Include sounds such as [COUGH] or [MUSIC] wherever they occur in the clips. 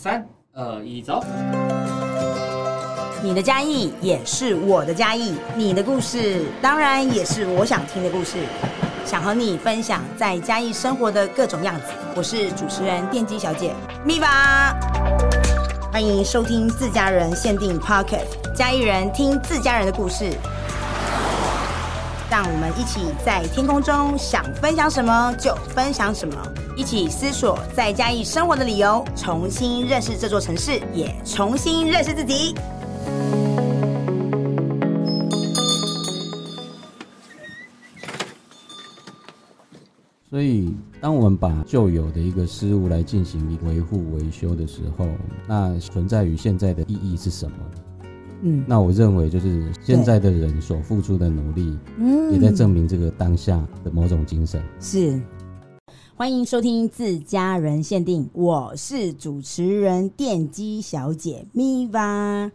三二一，走。你的嘉义也是我的嘉义，你的故事当然也是我想听的故事，想和你分享在嘉义生活的各种样子。我是主持人电机小姐米法，欢迎收听自家人限定 Pocket，嘉义人听自家人的故事。让我们一起在天空中想分享什么就分享什么，一起思索在嘉义生活的理由，重新认识这座城市，也重新认识自己。所以，当我们把旧有的一个事物来进行维护、维修的时候，那存在于现在的意义是什么？嗯那我认为，就是现在的人所付出的努力，嗯也在证明这个当下的某种精神。是。欢迎收听自家人限定，我是主持人电机小姐咪吧。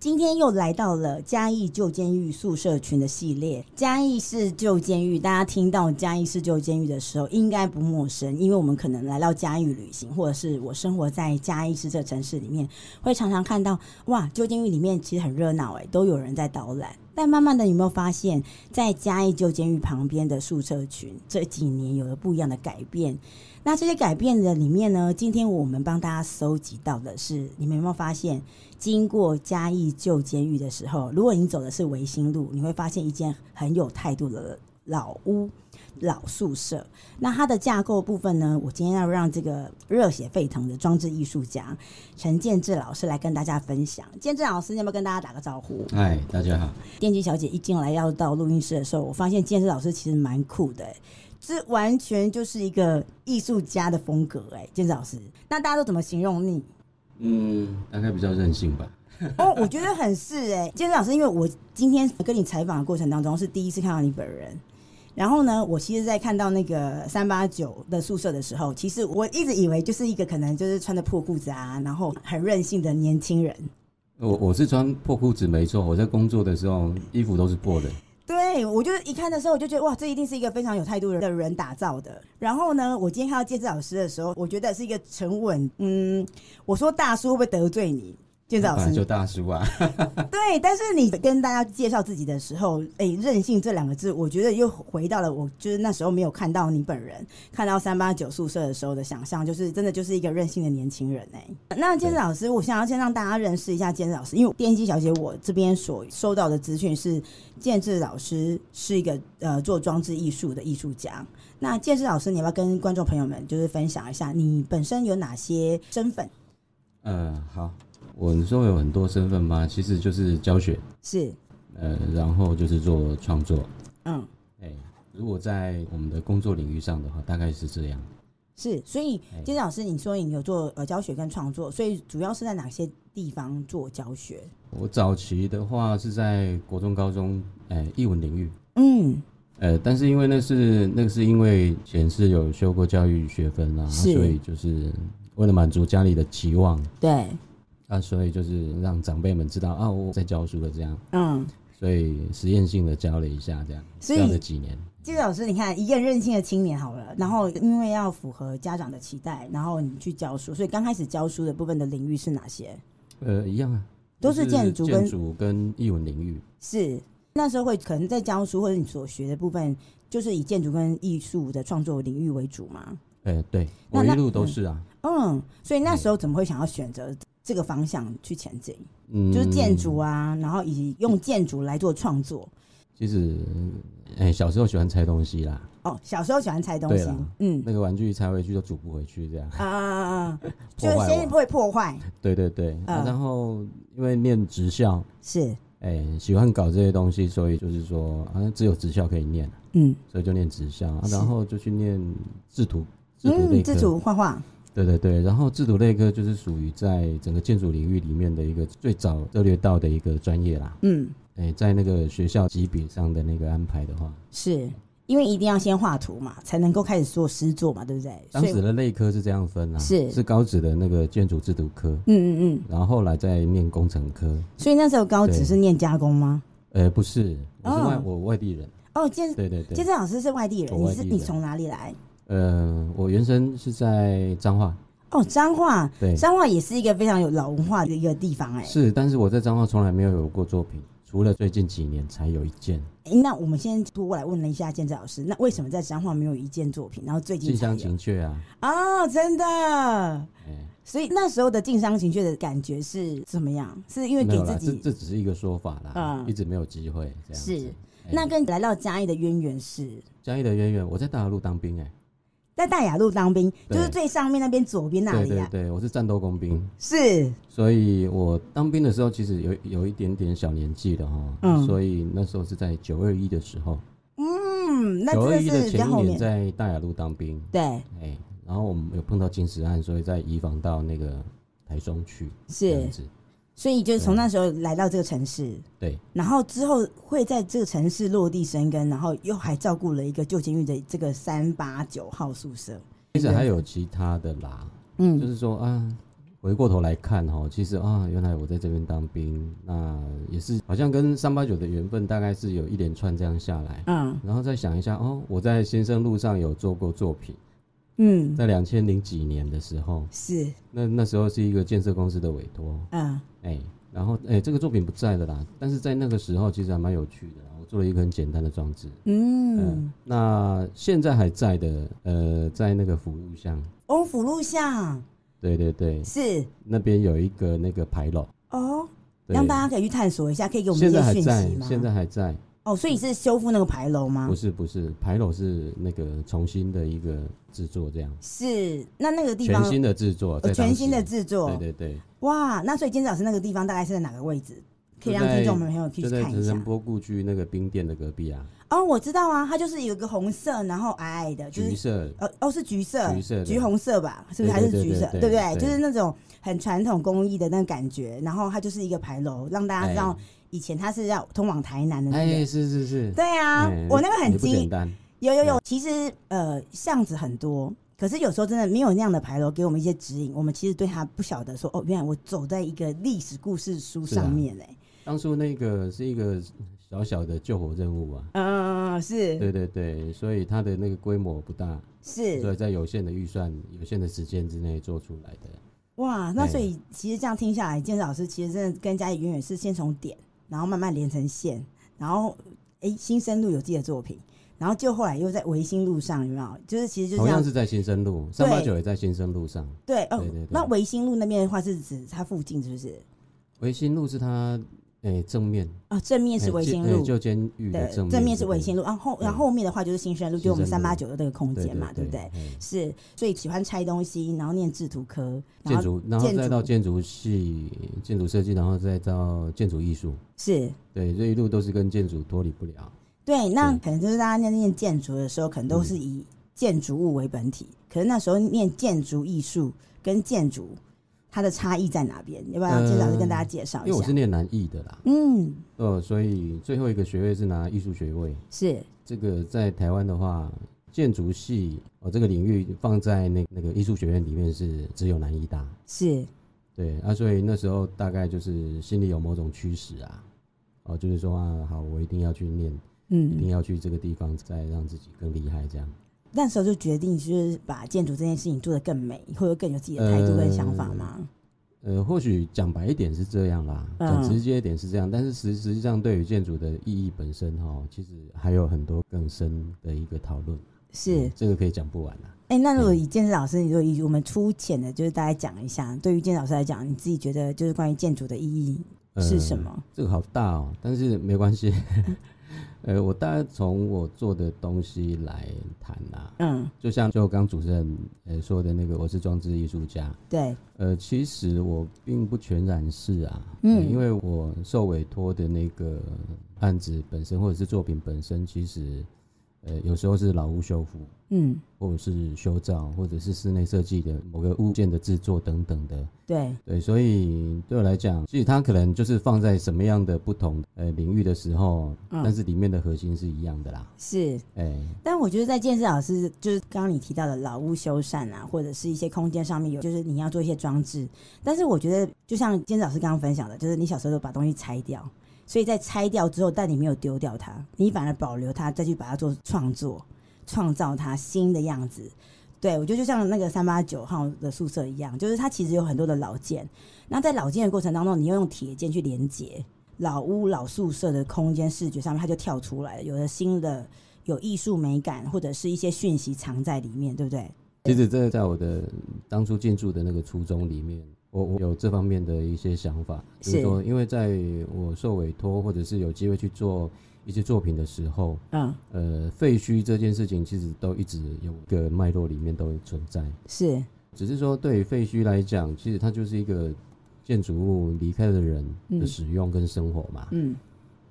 今天又来到了嘉义旧监狱宿舍群的系列。嘉义市旧监狱，大家听到嘉义市旧监狱的时候，应该不陌生，因为我们可能来到嘉义旅行，或者是我生活在嘉义市这城市里面，会常常看到哇，旧监狱里面其实很热闹哎，都有人在导览。但慢慢的，有没有发现，在嘉义旧监狱旁边的宿舍群这几年有了不一样的改变？那这些改变的里面呢，今天我们帮大家搜集到的是，你们有没有发现，经过嘉义旧监狱的时候，如果你走的是维新路，你会发现一间很有态度的老屋。老宿舍，那它的架构部分呢？我今天要让这个热血沸腾的装置艺术家陈建志老师来跟大家分享。建志老师，你要不要跟大家打个招呼？嗨，大家好，电机小姐一进来要到录音室的时候，我发现建设老师其实蛮酷的、欸，这完全就是一个艺术家的风格、欸，哎，建设老师，那大家都怎么形容你？嗯，大概比较任性吧。哦，我觉得很是哎、欸，建设老师，因为我今天跟你采访的过程当中是第一次看到你本人。然后呢，我其实，在看到那个三八九的宿舍的时候，其实我一直以为就是一个可能就是穿着破裤子啊，然后很任性的年轻人。我我是穿破裤子没错，我在工作的时候衣服都是破的。对，我就是一看的时候，我就觉得哇，这一定是一个非常有态度的人打造的。然后呢，我今天看到建志老师的时候，我觉得是一个沉稳。嗯，我说大叔会不会得罪你？建志老本来就师，大叔啊，对，但是你跟大家介绍自己的时候，哎，任性这两个字，我觉得又回到了我就是那时候没有看到你本人，看到三八九宿舍的时候的想象，就是真的就是一个任性的年轻人哎、那建志老师，我想要先让大家认识一下建志老师，因为电机小姐我这边所收到的资讯是建志老师是一个呃做装置艺术的艺术家。那建志老师，你要不要跟观众朋友们就是分享一下你本身有哪些身份？呃，好，我你说有很多身份吗？其实就是教学，是，呃，然后就是做创作。嗯，哎，如果在我们的工作领域上的话，大概是这样。是。所以哎建志老师，你说你有做呃教学跟创作，所以主要是在哪些地方做教学？我早期的话是在国中、高中，呃，译文领域，嗯，呃，但是因为那是那个是因为以前是有修过教育学分啊，是所以就是为了满足家里的期望对，啊，所以就是让长辈们知道啊我在教书的这样，嗯。所以实验性的教了一下这样，所以教了几年，建志老师，你看一个任性的青年好了，然后因为要符合家长的期待，然后你去教书，所以刚开始教书的部分的领域是哪些？呃，一样啊，都是就建筑跟建筑跟译文领域，是那时候会可能在教书或者你所学的部分，就是以建筑跟艺术的创作领域为主嘛。呃，对那我一那路都是啊，嗯，所哎以那时候怎么会想要选择这个方向去前进？嗯，就是建筑啊，然后以及用建筑来做创作。其实，哎、小时候喜欢拆东西啦，哦，小时候喜欢拆东对西啦，嗯那个玩具拆回去都组不回去这样。 [LAUGHS] 啊啊啊啊，啊就破坏是我先不会破坏，对对对，啊嗯然后因为念职校，是哎、喜欢搞这些东西，所以就是说啊，只有职校可以念，嗯所以就念职校、啊，是然后就去念制图，制图嗯，类科，自主画画对对对，然后制图类科就是属于在整个建筑领域里面的一个最早涉猎到的一个专业啦。嗯。哎、在那个学校级别上的那个安排的话，是因为一定要先画图嘛，才能够开始做诗作嘛，对不对？当所时以，的类科是这样分啦，是是高职的那个建筑制图科，嗯嗯嗯，然后后来再念工程科。所以那时候高职对是念加工吗？呃，不是，我是外、哦我外地人，哦，建对对对。建设老师是外地人，我你外是地你人从哪里来？呃，我原生是在彰化，哦，彰化，对，彰化也是一个非常有老文化的一个地方哎、是，但是我在彰化从来没有有过作品，除了最近几年才有一件。诶那我们先过来问了一下建志老师，那为什么在彰化没有一件作品？然后最近近才有乡情怯啊，哦，真的。哎所以那时候的晋商情绪的感觉是怎么样？是因为没给有自啦，这己这只是一个说法啦，嗯一直没有机会这样子。是哎那跟来到嘉义的渊源是嘉义的渊源，我在大陆当兵哎、在大雅路当兵，就对是最上面那边左边那对里对啊，对，我是战斗工兵，是所以我当兵的时候其实有有一点点小年纪了哈，嗯所以那时候是在九二一的时候，嗯，那九二真一的是比的较前一后年面在大雅路当兵，对哎，然后我们有碰到金石案，所以在移防到那个台中去这是样，子，所以就是从那时候来到这个城市，对然后之后会在这个城市落地生根，然后又还照顾了一个旧监狱的这个三八九号宿舍，其实还有其他的啦，就嗯，是说啊，回过头来看哈，其实啊，原来我在这边当兵，那也是好像跟三八九的缘分大概是有一连串这样下来，嗯然后再想一下哦，我在新生路上有做过作品，嗯，在两千零几年的时候，是那那时候是一个建设公司的委托，嗯哎，然后哎这个作品不在了啦，但是在那个时候其实还蛮有趣的啦，我做了一个很简单的装置。嗯嗯，，那现在还在的，呃，在那个福禄巷，翁府路巷对对对，是那边有一个那个牌楼，哦。对让大家可以去探索一下，可以给我们一现些在还讯在息，吗？现在还在，哦，所以是修复那个牌楼吗不？是不是，牌楼是那个重新的一个制作，这样是，那那个地全方新的制作，呃在当全新的时制作，对对对，哇，那所以今天老师那个地方大概是在哪个位置？可以就让听在众朋友去就在看陈一下澄。波故居那个冰店的隔壁啊，哦，我知道啊，它就是有一个红色，然后矮矮的，就橘是。色，哦哦，是橘色，橘色的橘红色吧？是不是对对还是橘对色？对不对？对就是那种很传统工艺的那个感觉，然后它就是一个牌楼，让大家知道以前它是要通往台南的那哎，个。是是是，对啊哎，我那个很也不惊简单，哎有有有，其实呃巷子很多，可是有时候真的没有那样的牌楼给我们一些指引，我们其实对它不晓得说哦，原来我走在一个历史故事书啊上面欸嘞、当初那个是一个小小的救火任务啊，嗯、是对对对，所以它的那个规模不大，所以是在有限的预算、有限的时间之内做出来的。哇，那哎所以其实这样听下来，建设老师其实真的跟家里远远是先从点，然后慢慢连成线，然后哎新生路有自己的作品，然后就后来又在维新路上有没有？就是其实就同这样样是在新生路，对三八九也在新生路上。对哦对对对那维新路那边的话是指它附近是不是？维新路是它诶、正面，哦，正面是诶维监新诶路，哎就监狱的对，正面，正面是文心路路，然后对然后后面的话就是新生路，就我们新三生路八九的这个空间嘛，对不对？？是，所以喜欢拆东西，然后念制图科，然建后筑，然后建再筑到建筑系、建筑设计，然后再到建筑艺术，是对，这一路都是跟建筑脱离不了。对。那对嗯可能就是大家在念建筑的时候，可能都是以建筑物为本体，可是那时候念建筑艺术跟建筑它的差异在哪边？要不要介绍呃跟大家介绍因一为我是下？念南艺的啦，嗯，呃，所以最后一个学位是拿艺术学位。是这个在台湾的话，建筑系哦这个领域放在那那个艺术学院里面是只有南艺大。是，对啊，所以那时候大概就是心里有某种驱使啊，哦，就是说啊，好，我一定要去念，一定嗯，要去这个地方，再让自己更厉害这样。那时候就决定就是把建筑这件事情做得更美，或者更有自己的态度跟想法吗？呃，或许讲白一点是这样啦，嗯讲直接一点是这样，但是实实际上对于建筑的意义本身哈、其实还有很多更深的一个讨论，是嗯。这个可以讲不完啦。哎、那如果嗯以建设老师，你就以我们粗浅的，就是大概讲一下，对于建设老师来讲，你自己觉得就是关于建筑的意义呃是什么？这个好大哦，但是没关系。 [LAUGHS] 呃，我大概从我做的东西来谈啦、嗯，就像就刚主持人呃说的那个，我是装置艺术家。对，呃，其实我并不全然是啊，嗯嗯，因为我受委托的那个案子本身或者是作品本身，其实呃有时候是老屋修复，嗯，或者是修造，或者是室内设计的某个物件的制作等等的。对，对，所以对我来讲，其实它可能就是放在什么样的不同呃领域的时候，嗯但是里面的核心是一样的啦。是。哎、但我觉得在建设老师，就是刚刚你提到的老屋修缮啊，或者是一些空间上面有，就是你要做一些装置。但是我觉得，就像建设老师刚刚分享的，就是你小时候都把东西拆掉，所以在拆掉之后，但你没有丢掉它，你反而保留它，再去把它做创作，创造它新的样子。对，我觉得就像那个三八九号的宿舍一样，就是它其实有很多的老件，那在老件的过程当中，你要用铁件去连接老屋、老宿舍的空间视觉上面，它就跳出来了，有了新的有艺术美感或者是一些讯息藏在里面，对不对？其实这个在我的当初进驻的那个初衷里面，我我有这方面的一些想法，就是是说，因为在我受委托或者是有机会去做一些作品的时候，嗯，呃，废墟这件事情其实都一直有一个脉络里面都存在，是只是说对于废墟来讲，其实它就是一个建筑物离开的人的使用跟生活嘛，嗯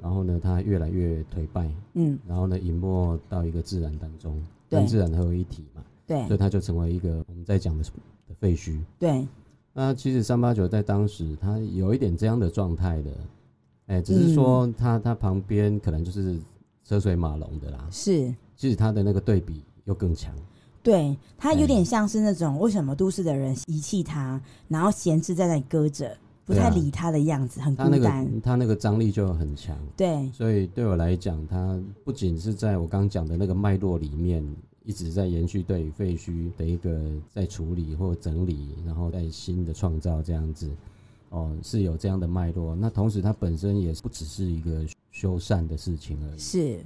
然后呢，它越来越颓败，嗯，然后呢，隐没到一个自然当中，对嗯跟自然合为一体嘛，所对以它就成为一个我们在讲的的废墟。对，那其实三八九在当时它有一点这样的状态的，哎，只嗯是说它它旁边可能就是车水马龙的啦，是。其实它的那个对比又更强。对，它有哎点像是那种为什么都市的人遗弃它，然后闲置在那里搁着，不对啊太理它的样子，很孤它那个单。它那个张力就很强，对，所以对我来讲，它不仅是在我刚讲的那个脉络里面一直在延续对于废墟的一个在处理或整理，然后在新的创造这样子，哦，是有这样的脉络。那同时它本身也不只是一个修缮的事情而已。是，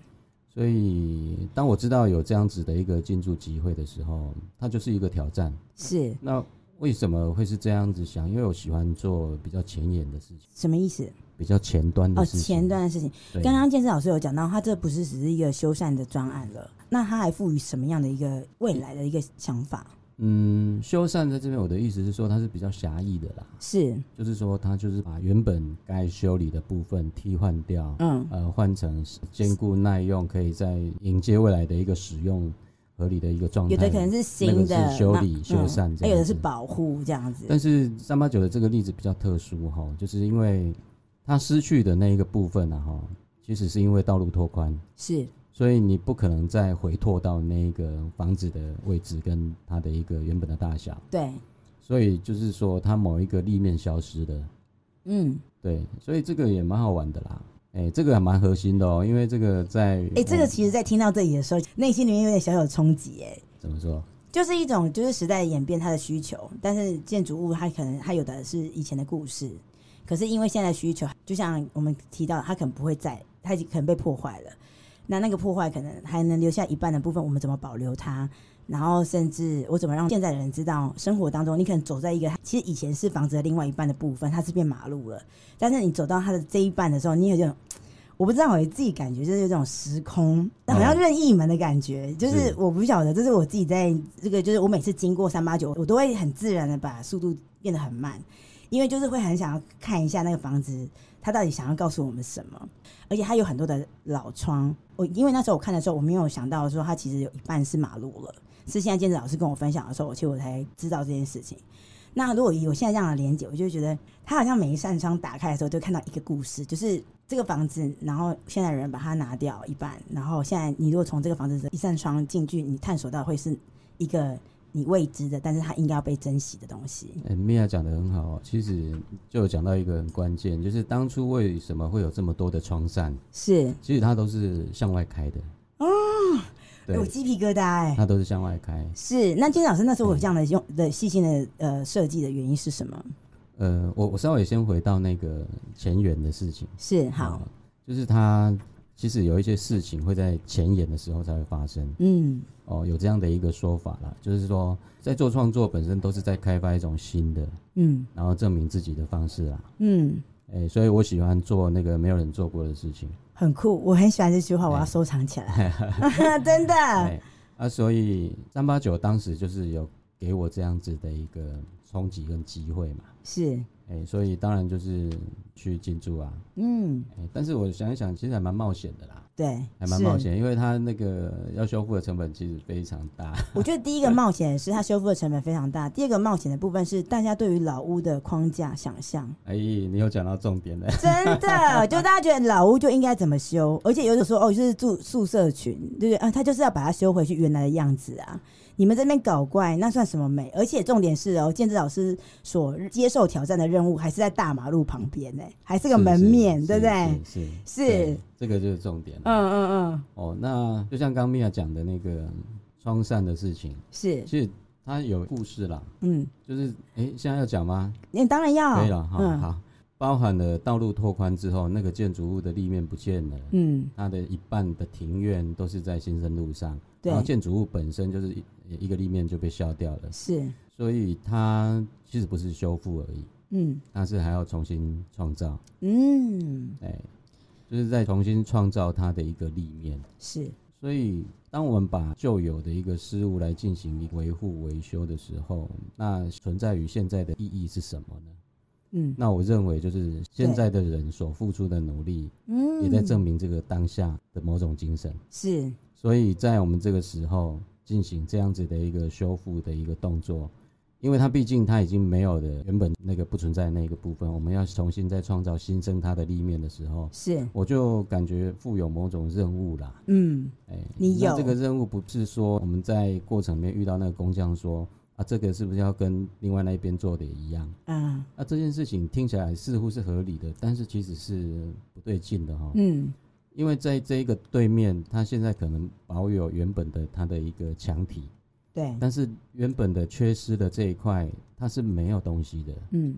所以当我知道有这样子的一个进驻机会的时候，它就是一个挑战。是那为什么会是这样子想？因为我喜欢做比较前沿的事情，什么意思？比较前端的哦，事情。前段的事情，对刚刚建设老师有讲到，它这不是只是一个修缮的专案了，那它还赋予什么样的一个未来的一个想法？嗯，修缮在这边，我的意思是说它是比较狭义的啦，是，就是说它就是把原本该修理的部分替换掉，嗯，呃，换成坚固耐用，可以在迎接未来的一个使用合理的一个状态。有的可能是新的那个是修那理修缮嗯这样有的是子保护这样子。但是三八九的这个例子比较特殊哈，就是因为它失去的那一个部分啊哈，其实是因为道路拓宽，是所以你不可能再回拓到那个房子的位置跟它的一个原本的大小，对，所以就是说它某一个立面消失的，嗯，对，所以这个也蛮好玩的啦。哎、这个还蛮核心的哦，因为这个在哎、这个其实，在听到这里的时候，内心里面有点小小冲击，哎，怎么说？就是一种就是时代演变它的需求，但是建筑物它可能它有的是以前的故事，可是因为现在的需求，就像我们提到，它可能不会在，它已经可能被破坏了。那那个破坏可能还能留下一半的部分，我们怎么保留它？然后甚至我怎么让现在的人知道，生活当中你可能走在一个其实以前是房子的另外一半的部分，它是变马路了，但是你走到它的这一半的时候，你有这种。我不知道，我自己感觉就是有这种时空，好像任意门的感觉。就是是我不晓得，这是我自己在这个，就是我每次经过三八九，我都会很自然的把速度变得很慢，因为就是会很想要看一下那个房子，它到底想要告诉我们什么。而且它有很多的老窗。我因为那时候我看的时候，我没有想到说它其实有一半是马路了，是现在建设老师跟我分享的时候，我其实我才知道这件事情。那如果以我现在这样的连接，我就觉得它好像每一扇窗打开的时候，就看到一个故事，就是这个房子，然后现在人把它拿掉一半，然后现在你如果从这个房子的一扇窗进去，你探索到会是一个你未知的，但是它应该要被珍惜的东西。哎、米娅讲的很好、哦，其实就有讲到一个很关键，就是当初为什么会有这么多的窗扇，是，其实它都是向外开的。哦哎我对，啊鸡皮疙瘩哎、它都是向外开。是，那金老师那时候有这样的用的细心的呃设计的原因是什么？呃，我我稍微先回到那个前缘的事情。是好哦，就是它其实有一些事情会在前沿的时候才会发生嗯，哦，有这样的一个说法啦，就是说在做创作本身都是在开发一种新的，嗯然后证明自己的方式啦。嗯，哎、所以我喜欢做那个没有人做过的事情。很酷，我很喜欢这句话，我要收藏起 [LAUGHS] 来， [LAUGHS] 真的哎、啊，所以三八九当时就是有给我这样子的一个冲击跟机会嘛。是，哎、所以当然就是去进驻啊。嗯，哎、但是我想一想，其实还蛮冒险的啦。对，还蛮是冒。险，因为它那个要修复的成本其实非常大。 [LAUGHS] 我觉得第一个冒险是它修复的成本非常大，第二个冒险的部分是大家对于老屋的框架想象，哎，你有讲到重点了。真的，就大家觉得老屋就应该怎么修，而且有的时候哦，就是住宿舍群，对不对？啊，他就是要把它修回去原来的样子啊。你们这边搞怪，那算什么美？而且重点是哦，建志老师所接受挑战的任务还是在大马路旁边呢、还是个门面，是对不对？？是是是对这个就是重点。嗯嗯哦，那就像刚米娅讲的那个双善的事情，是，其实它有故事啦，嗯，就是哎、诶现在要讲吗？那当然要，可以了哈、嗯好，包含了道路拓宽之后，那个建筑物的立面不见了。嗯，它的一半的庭院都是在新生路上，对然后建筑物本身就是一一个立面就被削掉了，是，所以它其实不是修复而已，嗯它是还要重新创造，嗯，哎，就是在重新创造它的一个立面。是，所以，当我们把旧有的一个事物来进行维护、维修的时候，那存在于现在的意义是什么呢？嗯那我认为，就是现在的人所付出的努力，嗯，也在证明这个当下的某种精神。是，所以在我们这个时候进行这样子的一个修复的一个动作，因为它毕竟它已经没有的原本那个不存在的那个部分，我们要重新再创造新生它的立面的时候，是，我就感觉负有某种任务啦。嗯，哎、你那有这个任务不是说我们在过程里面遇到那个工匠说啊，这个是不是要跟另外那一边做的也一样？啊，那、这件事情听起来似乎是合理的，但是其实是不对劲的哈、嗯，因为在这一个对面，它现在可能保有原本的它的一个墙体，对，但是原本的缺失的这一块，它是没有东西的，嗯，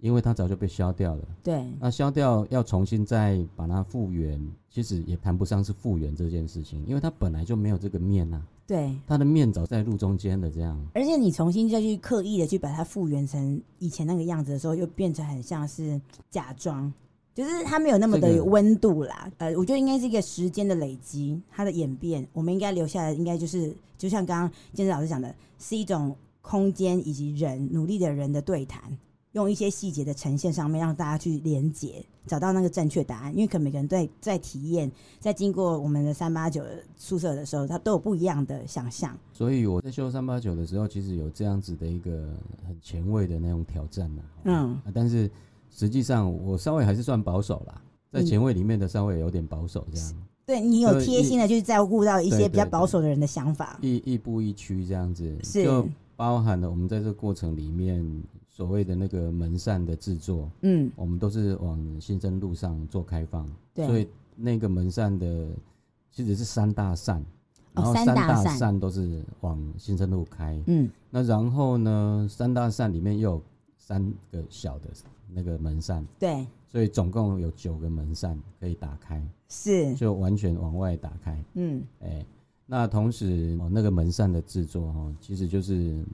因为它早就被消掉了。对，那消掉要重新再把它复原，其实也谈不上是复原这件事情，因为它本来就没有这个面呐、对。它的面早在路中间的这样。而且你重新再去刻意的去把它复原成以前那个样子的时候，又变成很像是假装，就是它没有那么的这个有温度啦。呃，我觉得应该是一个时间的累积，它的演变，我们应该留下来，应该就是就像刚刚健身老师讲的，是一种空间以及人努力的人的对谈，用一些细节的呈现上面让大家去连结，找到那个正确答案。因为可能每个人在在体验，在经过我们的三八九宿舍的时候，他都有不一样的想象。所以我在修三八九的时候，其实有这样子的一个很前卫的那种挑战呐、嗯啊，但是实际上我稍微还是算保守啦，在前卫里面的稍微有点保守，这样、对你有就贴一心的去照顾到一对些对比较对保守的人的想法，一一步一趋这样子，是就包含了我们在这个过程里面所谓的那个门扇的制作，嗯，我们都是往新生路上做开放，对所以那个门扇的其实是三大扇，然后哦三三大大扇扇都是往新生路开，嗯，那然后呢，三大扇里面又有三个小的那个门扇，对，所以总共有九个门扇可以打开，嗯是，就完全往外打开。嗯，哎、那同时哦，那个门扇的制作哦，其实就是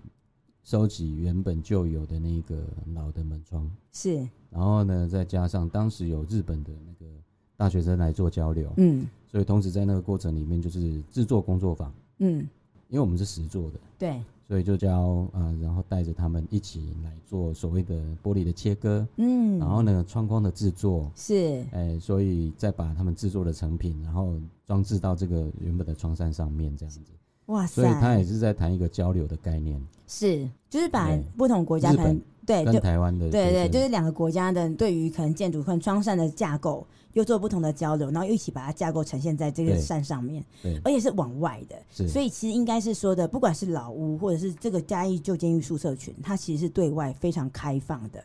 收集原本就有的那个老的门窗，是，然后呢，再加上当时有日本的那个大学生来做交流，嗯所以同时在那个过程里面就是制作工作坊，嗯，因为我们是实做的。对，所以就教啊、呃然后带着他们一起来做所谓的玻璃的切割，嗯，然后呢窗框的制作，是，哎，所以再把他们制作的成品，然后装置到这个原本的窗扇上面，这样子。哇塞，所以他也是在谈一个交流的概念，是，就是把对不同国家日可能对跟哎就台湾的对对，学就生是两个国家的对于可能建筑和窗扇的架构又做不同的交流，然后又一起把它架构呈现在这个对扇上面，对而且是往外的，是所以其实应该是说的，不管是老屋或者是这个嘉义旧监狱宿舍群，它其实是对外非常开放的。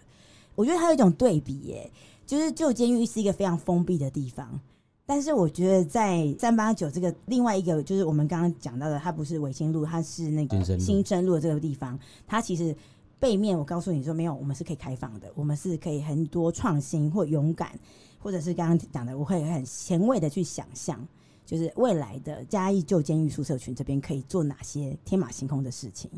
我觉得它有一种对比耶、就是旧监狱是一个非常封闭的地方。但是我觉得在三八九这个另外一个，就是我们刚刚讲到的，它不是维新路，它是那新个生路新生路的这个地方，它其实背面我告诉你说没有，我们是可以开放的，我们是可以很多创新或勇敢，或者是刚刚讲的，我会很前卫的去想象，就是未来的嘉义旧监狱宿舍群这边可以做哪些天马行空的事情。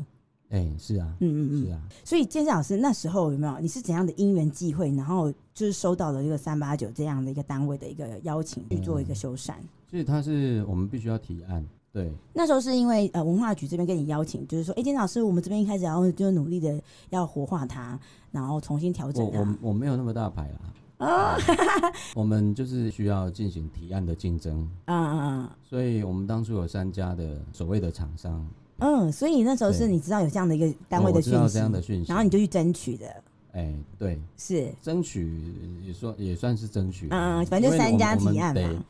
哎是啊，嗯嗯嗯，是啊，所以建设老师那时候有没有你是怎样的因缘际会，然后就是收到了这个三八九这样的一个单位的一个邀请去做一个修缮？所以他是我们必须要提案，对，那时候是因为呃文化局这边跟你邀请，就是说，哎、建设老师，我们这边一开始然后就努力的要活化它，然后重新调我整我它。我没有那么大牌啦，哦 [LAUGHS] 我们就是需要进行提案的竞争，嗯嗯所以我们当初有三家的所谓的厂商，嗯嗯，所以那时候是对你知道有这样的一个单位哦我的知讯道息，这样的讯息，然后你就去争取的，哎，对，是，争取也说也算是争取，嗯嗯，反正就因为我三们家提案我们得嘛，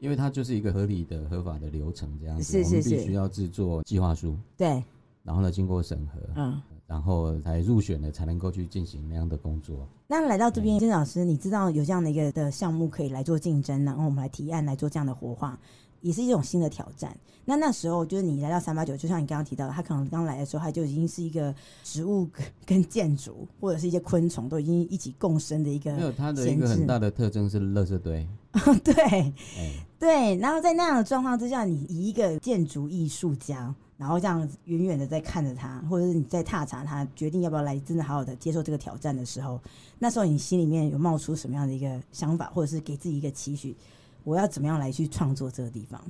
因为它就是一个合理的、合法的流程，这样子，是是我是们必须要制作计划书，对，然后呢，经过审核，嗯。然后才入选了，才能够去进行那样的工作。那来到这边，哦金老师，你知道有这样的一个的项目可以来做竞争，然后我们来提案来做这样的活化。也是一种新的挑战。那那时候就是你来到三八九，就像你刚刚提到的，他可能刚来的时候，他就已经是一个植物跟跟建筑或者是一些昆虫都已经一起共生的一没有个，它的一嗯闲置个很大的特征是垃圾堆， [LAUGHS] 对哎，对。然后在那样的状况之下，你以一个建筑艺术家，然后这样远远的在看着他，或者是你在踏查他，决定要不要来，真的好好的接受这个挑战的时候，那时候你心里面有冒出什么样的一个想法，或者是给自己一个期许，我要怎么样来去创作这个地方？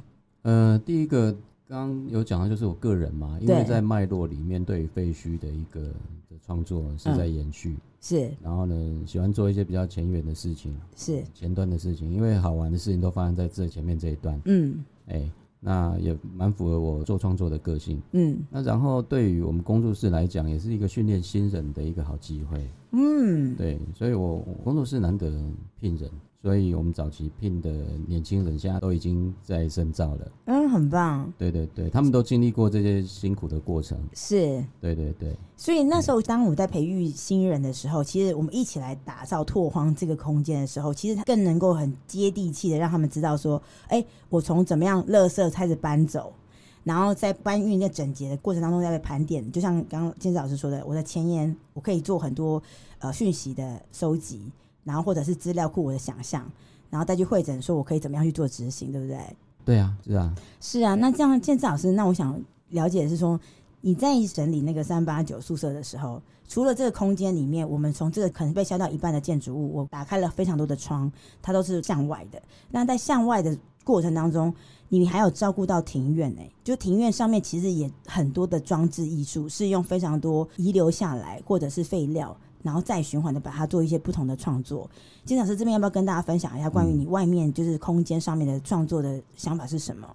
呃，第一个刚刚有讲到就是我个人嘛，因为对在脉络里面对于废墟的一个的创作是在延续，是然后呢，喜欢做一些比较前沿的事情，是，前端的事情，因为好玩的事情都发生在这前面这一段，嗯哎，那也蛮符合我做创作的个性。嗯那然后对于我们工作室来讲，也是一个训练新人的一个好机会。嗯，对，所以我我工作室难得聘人，所以我们早期聘的年轻人现在都已经在深造了。嗯，很棒，对对对，他们都经历过这些辛苦的过程。是。对对对，所以那时候，当我在培育新人的时候，其实我们一起来打造拓荒这个空间的时候，其实更能够很接地气的让他们知道说，哎、我从怎么样垃圾开始搬走，然后在搬运跟整洁的过程当中再来盘点。就像刚刚建志老师说的，我的前沿我可以做很多呃讯息的收集，然后或者是资料库我的想象，然后再去会诊，说我可以怎么样去做执行，对不对？对啊，是啊，是啊，那这样建志老师，那我想了解的是说，你在整理那个三八九宿舍的时候，除了这个空间里面，我们从这个可能被消掉一半的建筑物，我打开了非常多的窗，它都是向外的。那在向外的过程当中，你还有照顾到庭院诶、就庭院上面其实也很多的装置艺术，是用非常多遗留下来或者是废料。然后再循环的把它做一些不同的创作。金老师这边要不要跟大家分享一下关于你外面就是空间上面的创作的想法是什么？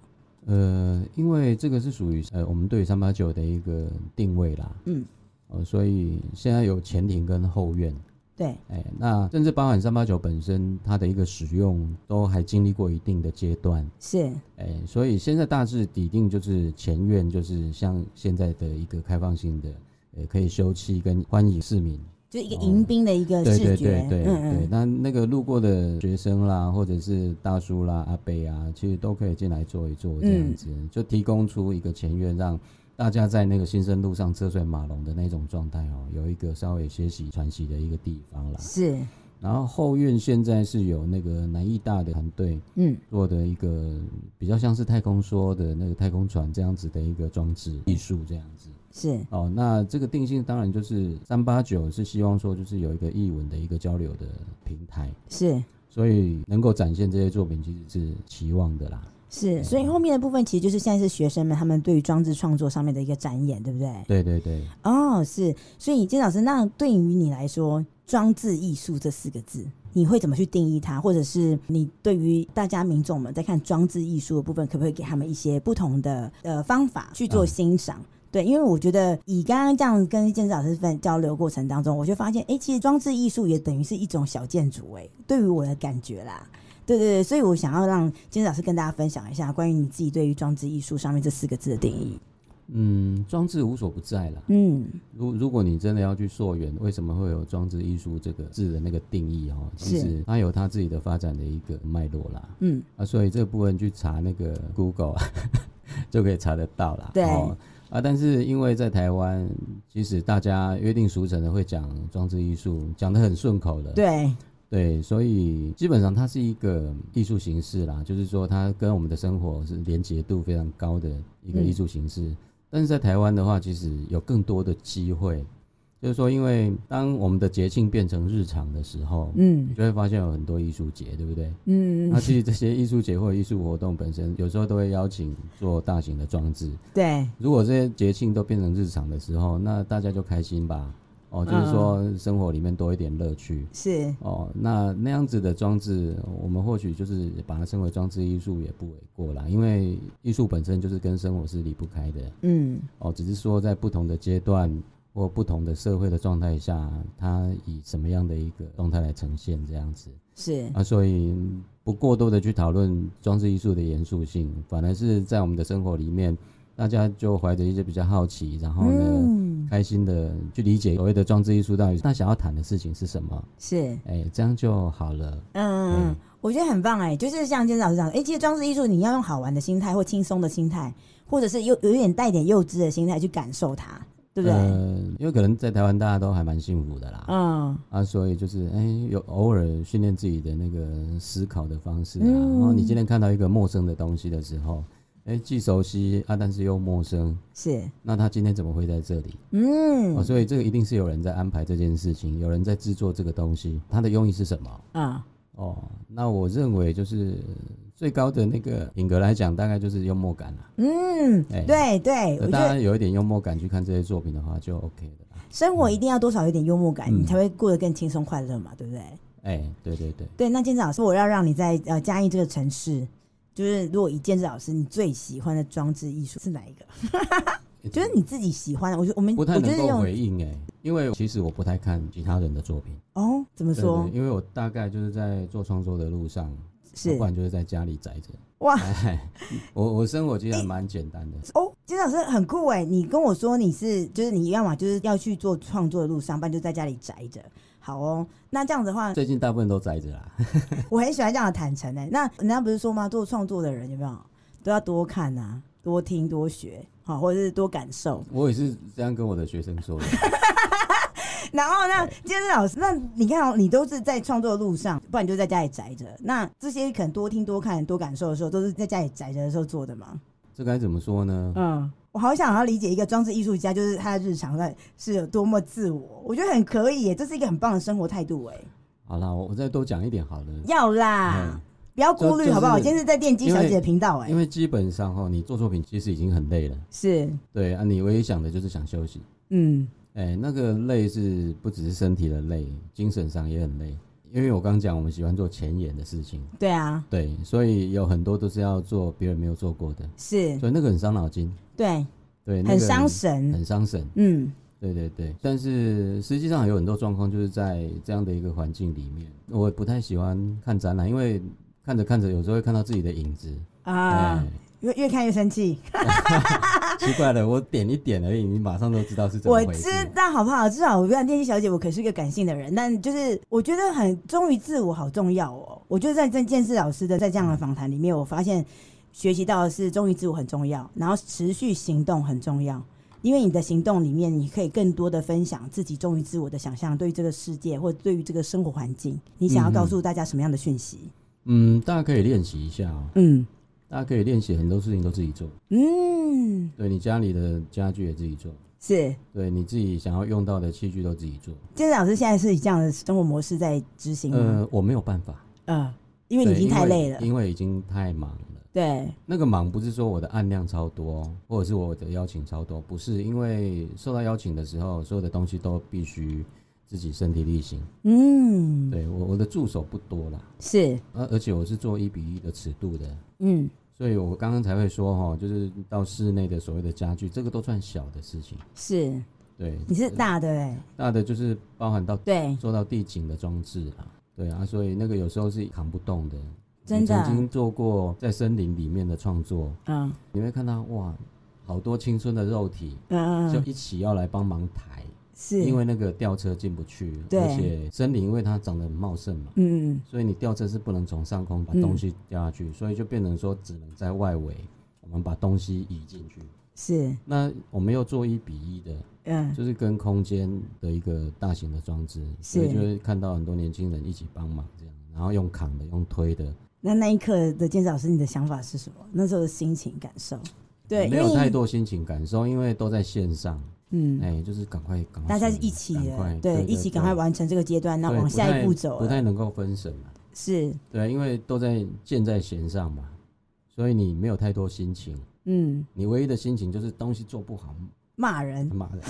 呃，因为这个是属于呃我们对于三八九的一个定位啦。嗯。呃，所以现在有前庭跟后院，对，哎、那甚至包含三八九本身它的一个使用，都还经历过一定的阶段。是，哎、所以现在大致底定就是前院，就是像现在的一个开放性的，呃，可以休憩跟欢迎市民。就一个迎宾的一个对视对觉哦对，对对嗯，嗯，那那个路过的学生啦，或者是大叔啦、阿伯啊，其实都可以进来坐一坐，这样嗯子、就提供出一个前院，让大家在那个新生路上车水马龙的那种状态哦，有一个稍微歇息喘息的一个地方啦。是，然后后院现在是有那个南艺大的团队嗯做的一个比较像是太空梭的那个太空船这样子的一个装置艺术这样子。是，哦，那这个定性当然就是三八九是希望说就是有一个译文的一个交流的平台，是所以能够展现这些作品其实是期望的啦。是，所以后面的部分其实就是现在是学生们他们对于装置创作上面的一个展演，对不对？对对对，哦，是，所以金老师，那对于你来说，“装置艺术”这四个字，你会怎么去定义它，或者是你对于大家民众们在看装置艺术的部分，可不可以给他们一些不同的呃方法去做嗯欣赏？对，因为我觉得以刚刚这样跟建筑老师分交流过程当中，我就发现，哎，其实装置艺术也等于是一种小建筑，哎，对于我的感觉啦，对对对，所以我想要让建筑老师跟大家分享一下关于你自己对于装置艺术上面这四个字的定义。嗯，装置无所不在啦。嗯，如如果你真的要去溯源，为什么会有装置艺术这个字的那个定义哦？其是实它有它自己的发展的一个脉络啦。嗯，啊，所以这部分去查那个 Google 啊 [LAUGHS] 就可以查得到啦。对啊，但是因为在台湾，其实大家约定俗成的会讲装置艺术，讲得很顺口的。对，对所以基本上它是一个艺术形式啦，就是说它跟我们的生活是连结度非常高的一个嗯艺术形式。但是在台湾的话，其实有更多的机会，就是说，因为当我们的节庆变成日常的时候，嗯你就会发现有很多艺术节，对不对？嗯，那其实这些艺术节或者艺术活动本身，有时候都会邀请做大型的装置。对，如果这些节庆都变成日常的时候，那大家就开心吧。哦，嗯就是说生活里面多一点乐趣。是，哦，那那样子的装置，我们或许就是把它称为装置艺术也不为过啦，因为艺术本身就是跟生活是离不开的。嗯，哦，只是说在不同的阶段或不同的社会的状态下，它以什么样的一个状态来呈现这样子。是，啊，所以不过多的去讨论装置艺术的严肃性，反而是在我们的生活里面，大家就怀着一些比较好奇，然后呢，嗯，开心的去理解所谓的装置艺术到底他想要谈的事情是什么，是，哎、这样就好了。嗯，我觉得很棒哎、就是像今天老师讲，哎、其实装饰艺术你要用好玩的心态，或轻松的心态，或者是有有一点带点幼稚的心态去感受它，对不对？呃，因为可能在台湾大家都还蛮幸福的啦，嗯，啊，所以就是哎、有偶尔训练自己的那个思考的方式啊。嗯然后你今天看到一个陌生的东西的时候，哎、既熟悉啊，但是又陌生，是，那他今天怎么会在这里？嗯哦，，所以这个一定是有人在安排这件事情，有人在制作这个东西，它的用意是什么？啊、哦，那我认为就是最高的那个品格来讲，大概就是幽默感啦。嗯，哎对对，我那觉当得然有一点幽默感去看这些作品的话，就 OK 的啦。生活一定要多少有点幽默感，嗯你才会过得更轻松快乐嘛，对不对？哎、对对对，对，那建志老师，我要让你在呃嘉义这个城市，就是如果以建志老师你最喜欢的装置艺术是哪一个？就是你自己喜欢的，我觉得我们不太我觉能得够用回应哎、因为其实我不太看其他人的作品，哦，怎么对说对，？因为我大概就是在做创作的路上，是不然就是在家里宅着。 [LAUGHS] 哇哎，我我生活其哎实还蛮简单的，哦，建志老师很酷哎！你跟我说你是就是你要么就是要去做创作的路上，不然就在家里宅着。好哦，那这样子的话，最近大部分都宅着啦。 [LAUGHS] 我很喜欢这样的坦诚哎。那人家不是说吗？做创作的人有没有都要多看啊，多听多学，好，或者是多感受。我也是这样跟我的学生说的。然后呢，接着老师，那你看、哦，你都是在创作的路上，不然你就在家里宅着。那这些可能多听、多看、多感受的时候，都是在家里宅着的时候做的嘛？这该怎么说呢？嗯，我好想要理解一个装置艺术家，就是他的日常在是有多么自我，我觉得很可以耶，这是一个很棒的生活态度哎。好啦，我我再多讲一点好了。要啦，嗯不要顾虑就好不好？我就是今天是在电机小姐的频道哎嗯因，为基本上哈，你做作品其实已经很累了，是，对啊，你唯一想的就是想休息。嗯，哎、那个累是不只是身体的累，精神上也很累。因为我刚讲，我们喜欢做前沿的事情，对啊，对，所以有很多都是要做别人没有做过的，是所以那个很伤脑筋，对，对，那很个伤神，很伤神，嗯，对对对。但是实际上有很多状况就是在这样的一个环境里面，我不太喜欢看展览，因为看着看着有时候会看到自己的影子，啊、哎、越越看越生气。奇怪了，我点一点而已，你马上都知道是怎么我回事知。道好不好？至少我跟电器小姐，我可是一个感性的人，但就是我觉得很忠于自我好重要哦。我觉得在在建设老师的在这嗯样的访谈里面，我发现学习到的是忠于自我很重要，然后持续行动很重要。因为你的行动里面，你可以更多的分享自己忠于自我的想象，对于这个世界或对于这个生活环境，你想要嗯告诉大家什么样的讯息？嗯，大家可以练习一下哦，嗯大家可以练习很多事情都自己做，嗯，对你家里的家具也自己做，是。对你自己想要用到的器具都自己做。建设老师现在是以这样的生活模式在执行吗？呃，我没有办法，呃，嗯因为对你已经太累了，因为已经太忙了。对。那个忙不是说我的案量超多，哦或者是我的邀请超多，不是因为受到邀请的时候，所有的东西都必须自己身体力行。嗯，对我我的助手不多啦，是，而而且我是做一比一的尺度的，嗯，所以我刚刚才会说哈，就是到室内的所谓的家具，这个都算小的事情。是，对，你是大的哎、大的就是包含到对，做到地景的装置啦，对啊，所以那个有时候是扛不动的。真的你曾经做过在森林里面的创作，嗯你会看到哇，好多青春的肉体嗯就嗯，一起要来帮忙抬，是，因为那个吊车进不去，对而且森林因为它长得很茂盛嘛，嗯，所以你吊车是不能从上空把嗯东西吊下去，所以就变成说只能在外围，我们把东西移进去。是，那我们又做一比一的，嗯，就是跟空间的一个大型的装置，是所以就会看到很多年轻人一起帮忙这样，然后用扛的，用推的，那那一刻的建设老师，你的想法是什么？那时候的心情感受？对，没有因为太多心情感受，因为都在线上，嗯，哎，就是赶快赶快处理，大家是一起赶快的，对，一起赶快，完成这个阶段，那对往不下太一步走不了，太能够分神嘛，是，对，因为都在箭在弦上嘛，所以你没有太多心情，嗯，你唯一的心情就是东西做不好，骂人他，妈 [LAUGHS] 的，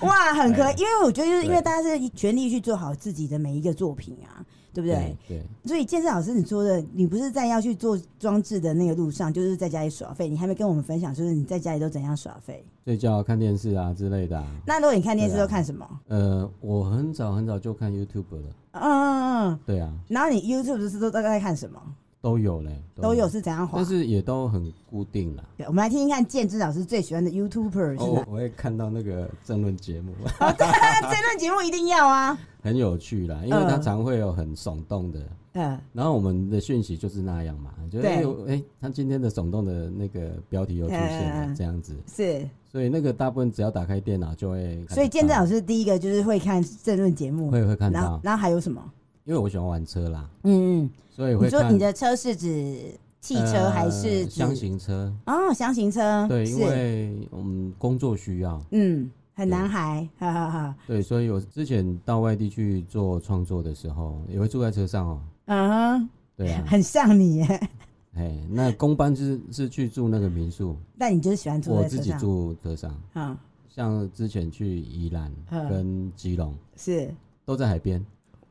哇，很可哎以，因为我觉得就是因为对大家是全力去做好自己的每一个作品啊，对不对？对，所以建设老师，你说的，你不是在要去做装置的那个路上，就是在家里耍废，你还没跟我们分享，就是你在家里都怎样耍废？睡觉啊、看电视啊之类的、啊，那如果你看电视对啊都看什么？呃，我很早很早就看 YouTube 了，嗯嗯嗯。对啊，然后你 YouTube 是都大概在看什么？都有嘞，都有，是怎样滑但？是也都很固定啦。对，我们来听听看建之老师最喜欢的 YouTuber 是哦，哪我？我会看到那个政论节目， [LAUGHS] 哦，对啊，这段节目一定要啊。很有趣啦，因为它嗯常会有很耸动的，嗯，然后我们的讯息就是那样嘛，就对哎哎、他今天的耸动的那个标题又出嗯现嗯了嗯这样子，是。所以那个大部分只要打开电脑就会看得到，所以建之老师第一个就是会看政论节目，会会看然后到，然后还有什么？因为我喜欢玩车啦，嗯嗯，所以你会说看你的车是指汽车呃还是指箱？型车？哦，箱型车。对，因是为我们工作需要，嗯，很对男孩，哈哈哈。对，所以我之前到外地去做创作的时候，也会住在车上哦、嗯对哼，啊，很像你耶。 [LAUGHS] 哎，那公班是是去住那个民宿，但你就是喜欢坐我在自车己上。住车上。嗯，像之前去宜兰嗯跟基隆是。都在海边，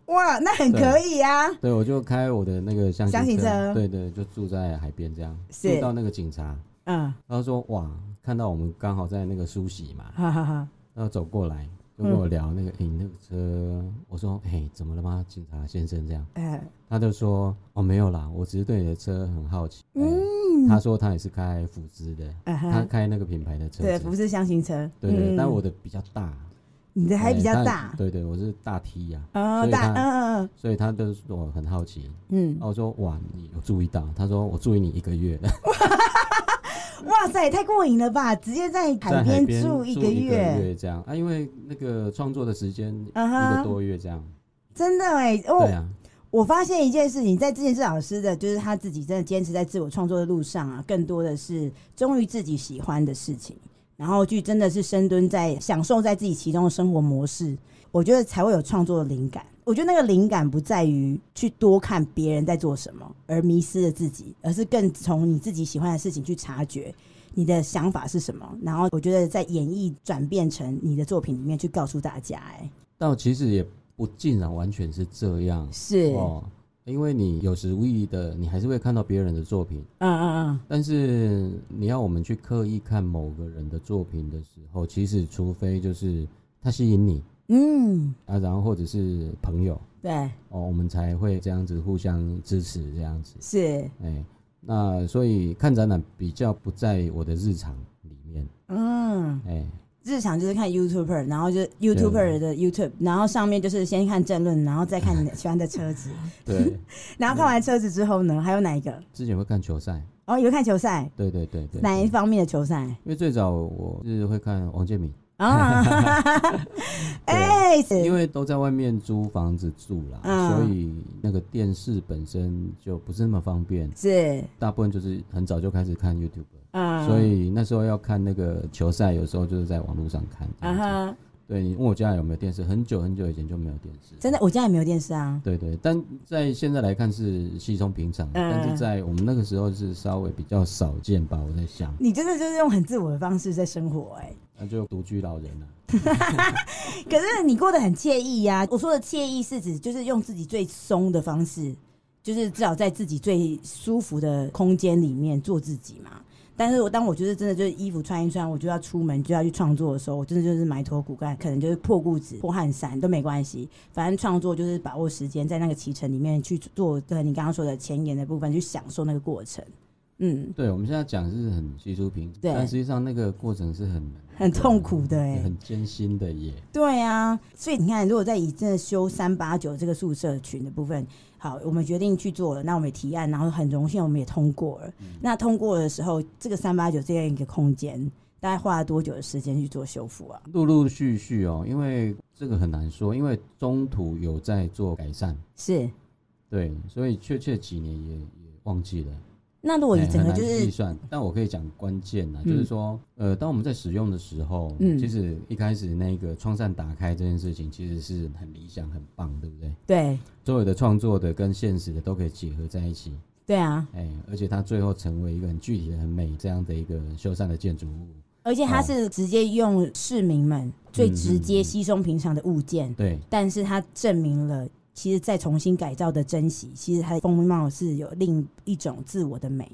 哇，那很对可以啊。对我就开我的那个箱箱型车对对，就住在海边这样。是住到那个警察，嗯，他说哇，看到我们刚好在那个梳洗嘛，哈哈哈。然后走过来就跟嗯我聊那个，哎、你那个车，我说，哎、怎么了吗，警察先生这样。嗯他就说：“哦，没有啦，我只是对你的车很好奇。哎嗯他说他也是开福斯的，嗯他哼，开那个品牌的车对，子不，是箱型车。对对嗯但我的比较大，你的还比哎较他大。对对，我是大 T 呀、哦所，以大，他哦嗯所以他就说我很好奇。嗯然后我说：哇，你有注意到？他说我注意你一个月了，嗯，哇塞，太过瘾了吧！直接在在海海边边住一一个个月，这样啊，因为那个创作的时间嗯一哼个多月这样，真的哎，对哦，啊，我发现一件事情，在之前是老师的，就是他自己真的坚持在自我创作的路上啊，更多的是忠于自己喜欢的事情，然后去真的是深蹲在享受在自己其中的生活模式，我觉得才会有创作的灵感。我觉得那个灵感不在于去多看别人在做什么而迷失了自己，而是更从你自己喜欢的事情去察觉你的想法是什么，然后我觉得在演绎转变成你的作品里面去告诉大家、哎，倒其实也不尽然完全是这样是，哦，因为你有时无意的，你还是会看到别人的作品。嗯嗯嗯，但是你要我们去刻意看某个人的作品的时候，其实除非就是他吸引你嗯，啊，然后或者是朋友对，哦，我们才会这样子互相支持这样子。是，哎，那所以看展览比较不在我的日常里面。嗯， [LAUGHS] 哎，日常就是看 YouTuber，然后就是 YouTuber 的 YouTube，然后上面就是先看政论，然后再看你 [LAUGHS] 喜欢的车子，对，然后看完车子之后呢，还有哪一个？之前会看球赛，哦，有看球赛，对对对对。哪一对方面的球赛？因为最早我是会看王建民， [LAUGHS] 啊，哎，因是为都在外面租房子住啦，嗯所以那个电视本身就不是那么方便。是，大部分就是很早就开始看 YouTube，、嗯，所，以那时候要看那个球赛，有时候就是在网络上看。啊哈，对你问我家有没有电视，很久很久以前就没有电视。真的，我家也没有电视啊，对对，但在现在来看是稀松平嗯常，但是在我们那个时候是稍微比较少见吧。我在想，你真的就是用很自我的方式在生活，哎，那就独居老人了、啊可是你过得很惬意呀、我说的惬意是指就是用自己最松的方式，就是至少在自己最舒服的空间里面做自己嘛。但是我当我就是真的就是衣服穿一穿，我就要出门就要去创作的时候，我真的就是埋头苦干，可能就是破裤子、破汗衫都没关系，反正创作就是把握时间，在那个骑程里面去做，对你刚刚说的前沿的部分，去享受那个过程。嗯，对，我们现在讲是很稀疏平常，对但实际上那个过程是很很痛苦的哎、很艰辛的耶。对啊，所以你看，如果在以真的修三八九这个宿舍群的部分，好，我们决定去做了，那我们也提案，然后很荣幸我们也通过了。嗯那通过的时候，这个三八九这样一个空间，大概花了多久的时间去做修复啊？陆陆续续哦，因为这个很难说，因为中途有在做改善。是，对，所以确切几年也也忘记了。那如果哎以整很个难就是计算，但我可以讲关键呢，嗯就是说，呃，当我们在使用的时候，嗯其实一开始那个窗扇打开这件事情，其实是很理想、很棒，对不对？对所有的创作的跟现实的都可以结合在一起，对啊，哎，而且它最后成为一个很具体的、很美这样的一个修缮的建筑物。而且它哦是直接用市民们嗯最直接、稀松平常的物件，对，但是它证明了。其实，再重新改造的珍惜，其实它的风貌是有另一种自我的美，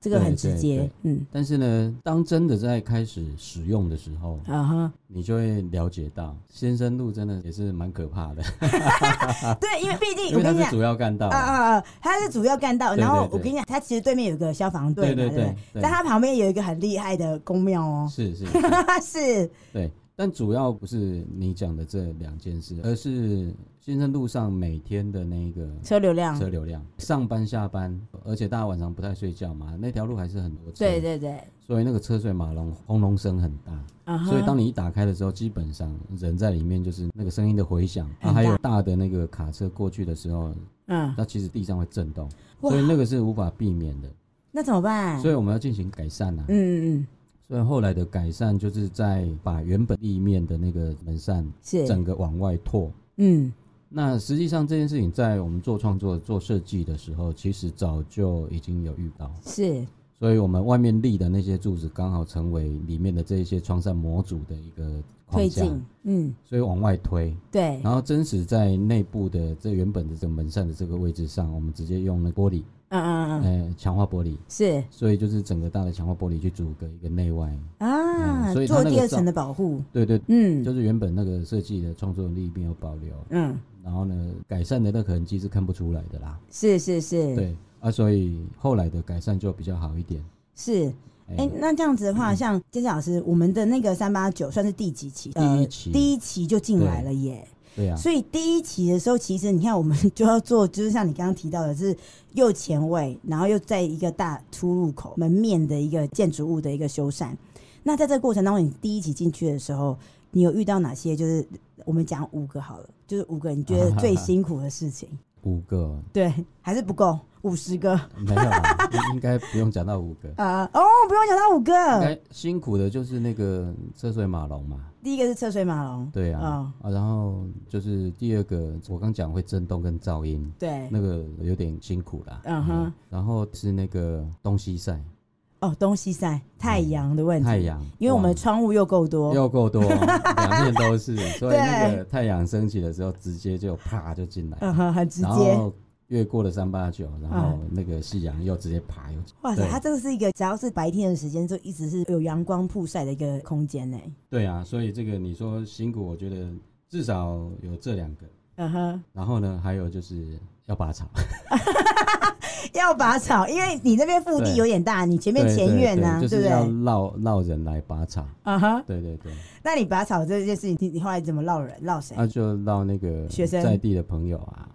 这个很对直对接对，嗯，但是呢，当真的在开始使用的时候，啊哈，你就会了解到，先生路真的也是蛮可怕的，对，因为毕竟啊哎因我跟为它你是讲。主要干道啊啊。啊！啊他是主要干道，对然后对对我跟你讲，他其实对面有一个消防队嘛，对对对不对对？对在他旁边有一个很厉害的公庙哦，[LAUGHS] 是是，是是对。但主要不是你讲的这两件事，而是先生路上每天的那个车流量，车流量，上班下班，而且大家晚上不太睡觉嘛，那条路还是很多车，对对对，所以那个车水马龙，轰隆声很大。啊哈，所以当你一打开的时候，基本上人在里面就是那个声音的回响，很大啊，还有大的那个卡车过去的时候，嗯，那其实地上会震动，哇嗯所以那个是无法避免的。那怎么办？所以我们要进行改善啊。嗯嗯嗯，所以后来的改善就是在把原本立面的那个门扇是，整个往外拓。嗯，那实际上这件事情在我们做创作、做设计的时候，其实早就已经有遇到，是，所以我们外面立的那些柱子刚好成为里面的这一些窗扇模组的一个框推架，进，嗯，所以往外推。对，然后真实在内部的这原本的这个门扇的这个位置上，我们直接用那玻璃，嗯嗯嗯，呃，强化玻璃，是所以就是整个大的强化玻璃去阻隔一个内外。啊，嗯所以它做那第个二造层的保护，对对，嗯就是原本那个设计的创作力并有保留，嗯，然后呢，改善的那个痕迹是看不出来的啦。是是是，对啊，所以后来的改善就比较好一点。是。哎哎、那这样子的话，像杰森老师，我们的那个三八九算是第几期？呃第一期第一期就进来了耶。对啊，所以第一期的时候，其实你看，我们 [LAUGHS] 就要做，就是像你刚刚提到的，是又前卫，然后又在一个大出入口门面的一个建筑物的一个修缮。那在这个过程当中，你第一期进去的时候，你有遇到哪些？就是我们讲五个好了，就是五个你觉得最辛苦的事情，五个对，还是不够五十个啊、没有啦， [LAUGHS] 应应该不用讲到五个。哦，不用讲到五应个，该辛苦的就是那个车水马龙嘛，第一个是车水马龙，对啊，啊，然后就是第二个，我刚讲会震动跟噪音，对，那个有点辛苦啦。嗯哼然后是那个东西晒，哦，东西晒太阳的问题，嗯太，阳，因为我们窗户又够哇多，又 [LAUGHS] 够多，两面都是，所以那个太阳升起的时候，直接就啪就进来，嗯哼，很直然接。啊后越过了三八九，然后那个夕阳又直接爬又。哇塞，对它这个是一个只要是白天的时间，就一直是有阳光曝晒的一个空间呢。对啊，所以这个你说辛苦，我觉得至少有这两个。嗯哼，然后呢，还有就是要拔草，要拔草，因为你那边腹地对有点大，你前面对前对院啊呐，对对就不是要对？绕绕人来拔草。嗯哼，对对对，那你拔草这件事情，你你后来怎么绕人绕谁？那就绕那个学生在地的朋友 [LAUGHS] 啊，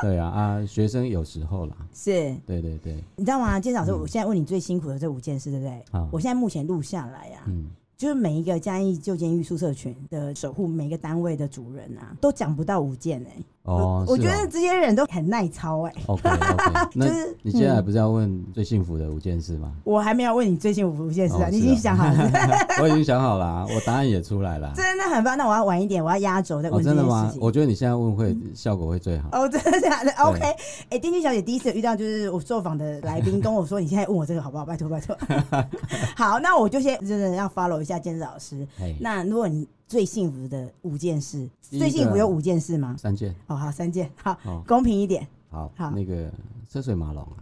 对啊啊，学生有时候啦，是对对对，你知道吗？建老师，嗯啊我现在问你最辛苦的这五件事，对不对好？我现在目前录下来啊，嗯，就是每一个嘉义旧监狱宿舍群的守护，每个单位的主人啊，都讲不到五件哎、哦，我我是觉得这些人都很耐操哎、 OK [LAUGHS] OK，那就是你接下来不是要问最幸福的五件事吗？我还没有问你最幸福五件事啊，哦你已是经啊想好 [LAUGHS] 了，我已经想好 [LAUGHS] 了啊，我答案也出来了。啊真的很棒。那我要晚一点，我要压轴再哦，问这真件的吗事？情。嗯我觉得你现在问会效果会最好。哦，真的 [LAUGHS] 假的？OK，哎、丁丁小姐第一次遇到就是我受访的来宾跟我说，你现在问我这个好不好？拜托拜 [LAUGHS] 托。好，那我就先真的要 follow 一下建设老师。嘿，那如果你最幸福的五件事，第一个最幸福有五件事吗？三件，哦，好，三件，好，哦公平一点。好好，那个车水马龙啊，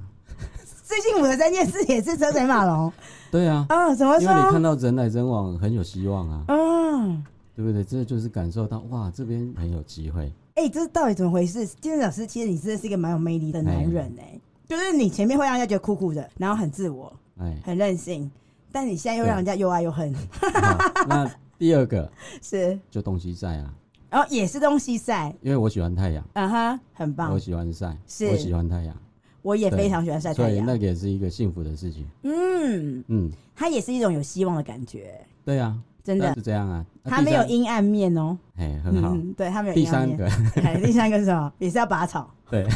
最幸福的三件事也是车水马龙对啊，啊、怎么因为你看说？到人来人往很有希望啊，嗯，对不对？这就是感受到哇，这边很有机会。哎、这到底怎么回事？金老师，其实你真的是一个蛮有魅力的男人哎、就是你前面会让人家觉得酷酷的，然后很自我、，哎很任性，但你现在又让人家又爱又 [LAUGHS] 恨， [LAUGHS] 好那第二个是，就东西晒啊，然后也是东西晒，因为我喜欢太阳，啊哈，很棒我，喜欢晒，是我喜欢太阳，我也非常喜欢晒所太以阳那。个也是一个幸福的事情。嗯，嗯，它也是一种有希望的感觉，对啊，真的那，是这样啊。那它没有第阴暗面哦、三，哎，很好。嗯，对，它没有第阴暗三面。个，哎第三个是什么？也是要拔草。 [LAUGHS] 对，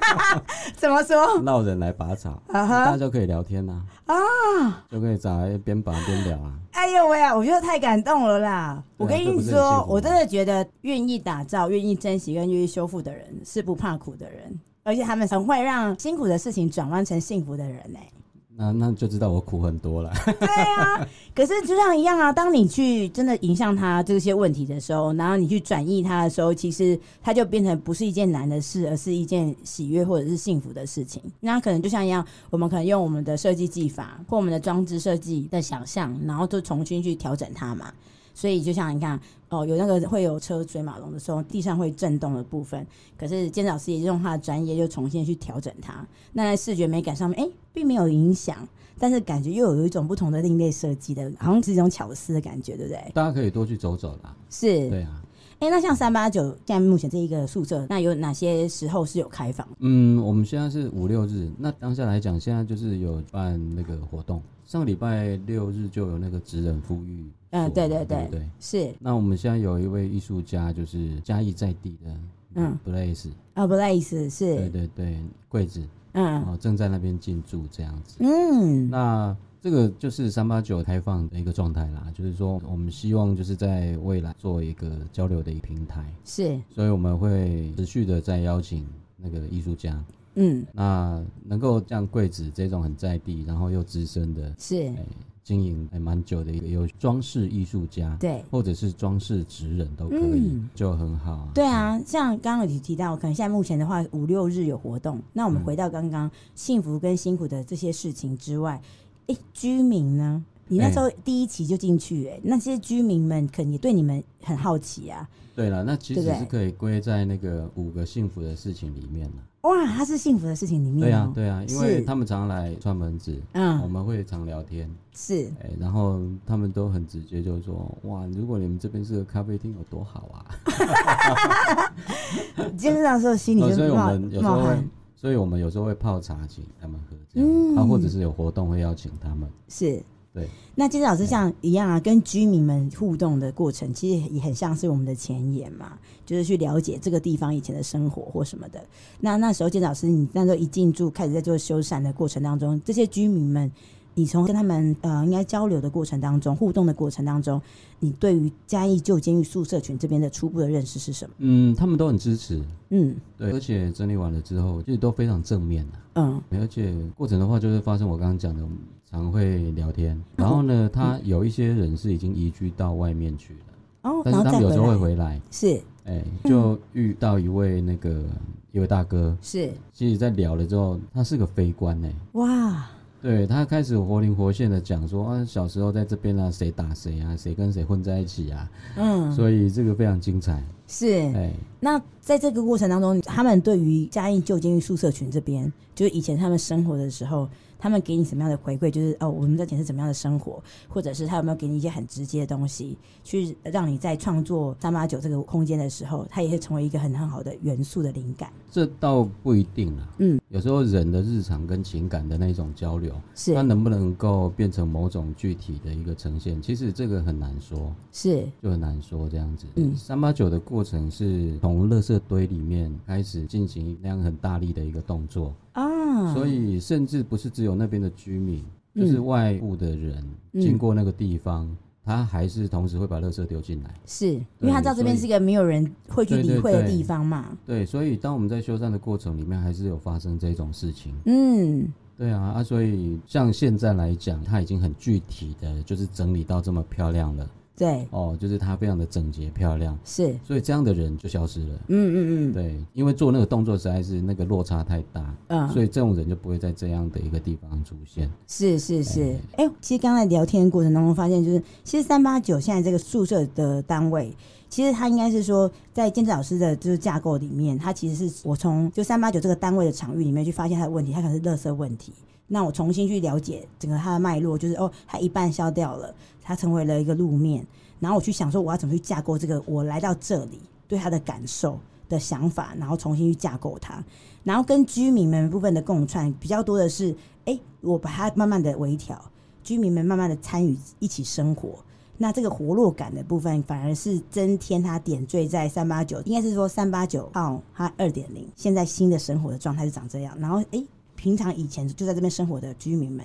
[LAUGHS] 怎么说？闹人来拔草，啊嗯大哈家就可以聊天呐，啊！就可以找来边拔边聊啊。哎呦喂啊！我觉得太感动了啦！我跟这不你是很幸说，福啊我吗真的觉得愿意打造、愿意珍惜跟愿意修复的人是不怕苦的人，而且他们很会让辛苦的事情转弯成幸福的人呢、那那就知道我苦很多了。 [LAUGHS] 可是就像一样啊，当你去真的影响他这些问题的时候，然后你去转移他的时候，其实它就变成不是一件难的事，而是一件喜悦或者是幸福的事情。那可能就像一样，我们可能用我们的设计技法或我们的装置设计的想象，然后就重新去调整它嘛。所以就像你看，哦，有那个会有车追马龙的时候，地上会震动的部分，可是监老师也用他的专业，就重新去调整它。那在视觉美感上面，哎、并没有影响。但是感觉又有一种不同的另类设计的，好像是一种巧思的感觉，对不对？大家可以多去走走啦。是，对啊，哎、那像三八九现在目前这一个宿舍，那有哪些时候是有开放？嗯，我们现在是五六日，那当下来讲，现在就是有办那个活动，上个礼拜六日就有那个职人富裕所嘛，嗯对对对对不对。是那我们现在有一位艺术家，就是嘉义在地的，嗯嗯，Blaze，啊，不好意思，对是，对对，柜子嗯哦，正在那边进驻这样子。嗯，那这个就是三八九开放的一个状态啦，就是说我们希望就是在未来做一个交流的一个平台，是，所以我们会持续的在邀请那个艺术家，嗯那能够像柜子这种很在地，然后又资深的，是，哎，经营还蛮久的一个有装饰艺术家，对。或者是装饰职人都可以，嗯就很好啊。对啊，像刚刚有提到，可能现在目前的话，五六日有活动。那嗯我们回到刚刚幸福跟辛苦的这些事情之外，诶，居民呢？你那时哎候第一期就进去、诶，那些居民们可能也对你们很好奇啊。对了，那其对实不对是可以归在那个五个幸福的事情里面了。哇，它是幸福的事情里对面、啊哦，对啊，因是为他们常来串门子，我嗯，们会常聊天，是哎、然后他们都很直接，就说：“哇，如果你们这边是个咖啡厅，有多好啊哎今天那时候心！”里哦就所以是我冒们有时冒候会汗，，嗯所以我们有时候会泡茶请他们喝，这样，啊，或者是有活动会邀请他们。是。对，那金老师像一样啊，跟居民们互动的过程，其实也很像是我们的前沿嘛，就是去了解这个地方以前的生活或什么的。那那时候金老师，你那时候一进驻，开始在做修缮的过程当中，这些居民们，你从跟他们呃应该交流的过程当中，互动的过程当中，你对于嘉义旧监狱宿舍群这边的初步的认识是什么？嗯，他们都很支持，嗯对，而且整理完了之后，就是都非常正面啊。嗯而且过程的话，就是发生我刚刚讲的，我们常会聊嗯天。然后呢，他有一些人是已经移居到外面去了，哦，但然是后他再们有时候会回来，回来，是哎，就遇到一位那个一位大哥，是其实在聊了之后，他是个非官呢、欸哇，对他开始活灵活现的讲说啊，小时候在这边啊，谁打谁啊，谁跟谁混在一起啊，嗯，所以这个非常精彩。是。哎，那在这个过程当中，他们对于嘉义旧监狱宿舍群这边，就是以前他们生活的时候，他们给你什么样的回馈？就是哦，我们在以前是怎么样的生活，或者是他有没有给你一些很直接的东西，去让你在创作三八九这个空间的时候，它也会成为一个很很好的元素的灵感。这倒不一定啦。嗯，有时候人的日常跟情感的那种交流，是它能不能够变成某种具体的一个呈现，其实这个很难说，是，就很难说这样子。嗯三八九的过程是从垃圾堆里面开始进行那样很大力的一个动作，啊，所以甚至不是只有那边的居民，就是嗯外部的人、嗯经过那个地方，他还是同时会把垃圾丢进来。是因为他知道这边所以是一个没有人会去对理对会的对地方嘛。对，所以当我们在修缮的过程里面，还是有发生这种事情。嗯，对啊，啊，所以像现在来讲，它已经很具体的，就是整理到这么漂亮了对，哦，就是它非常的整洁漂亮，是，所以这样的人就消失了。嗯嗯嗯，对，因为做那个动作实在是那个落差太大，嗯，所以这种人就不会在这样的一个地方出现。是是是，哎、其实刚才聊天过程当中发现，就是其实三八九现在这个宿舍的单位，其实它应该是说在兼职老师的就是架构里面，它其实是我从就三八九这个单位的场域里面去发现它的问题，它可能是垃圾问题。那我重新去了解整个它的脉络，就是哦，它一半消掉了，它成为了一个路面，然后我去想说我要怎么去架构这个，我来到这里对它的感受的想法，然后重新去架构它，然后跟居民们部分的共创比较多的是，哎、我把它慢慢的微调，居民们慢慢的参与一起生活。那这个活络感的部分，反而是增添它点缀在三八九，应该是说三八九号它二点零，现在新的生活的状态是长这样。然后，诶，平常以前就在这边生活的居民们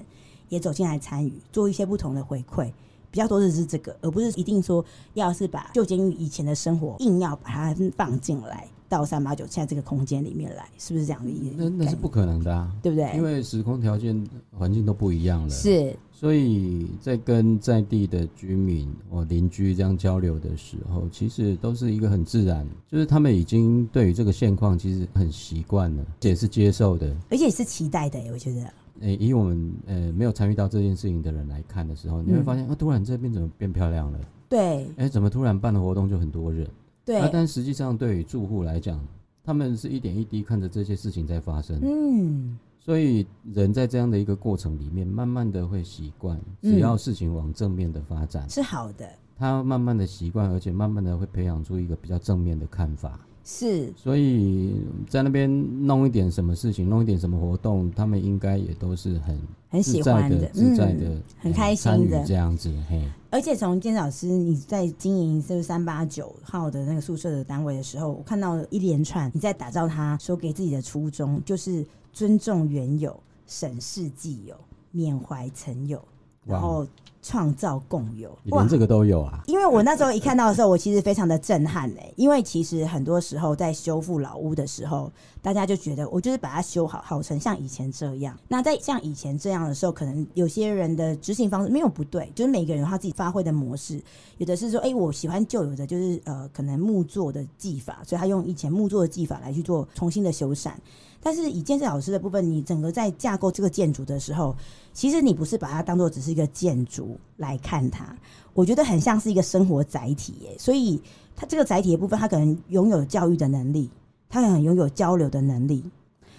也走进来参与，做一些不同的回馈，比较多的是这个，而不是一定说要是把旧监狱以前的生活硬要把它放进来，到三八九现在这个空间里面来，是不是这样的意思？那那是不可能的啊，对不嗯对？因为时空条件、环境都不一样了。是所以在跟在地的居民、我邻居这样交流的时候，其实都是一个很自然，就是他们已经对于这个现况其实很习惯了，也是接受的。而且是期待的耶，我觉得诶、以我们呃没有参与到这件事情的人来看的时候，你嗯会发现、啊，突然这边怎么变漂亮了？对诶、怎么突然办的活动就很多人？对，啊，但实际上对于住户来讲，他们是一点一滴看着这些事情在发生，嗯，所以人在这样的一个过程里面，慢慢的会习惯，只嗯要事情往正面的发展，是好的，他慢慢的习惯，而且慢慢的会培养出一个比较正面的看法。是所以在那边弄一点什么事情，弄一点什么活动，他们应该也都是很很自喜在欢的、的，自在的、嗯，很哎开参心与的这样子。嘿，而且从建老师你在经营这三八九号的那个宿舍的单位的时候，我看到一连串你在打造它，说给自己的初衷就是尊重原有、审视既有、缅怀曾有，然哇，后创造共有。你连这个都有啊？因为我那时候一看到的时候，我其实非常的震撼哎、因为其实很多时候在修复老屋的时候，大家就觉得我就是把它修好，好成像以前这样。那在像以前这样的时候，可能有些人的执行方式没有不对，就是每个人有他自己发挥的模式。有的是说，哎、我喜欢旧有的，就是呃，可能木做的技法，所以他用以前木做的技法来去做重新的修缮。但是以建设老师的部分，你整个在架构这个建筑的时候，其实你不是把它当做只是一个建筑来看它，我觉得很像是一个生活载体耶。所以它这个载体的部分，它可能拥有教育的能力，它可能拥有交流的能力。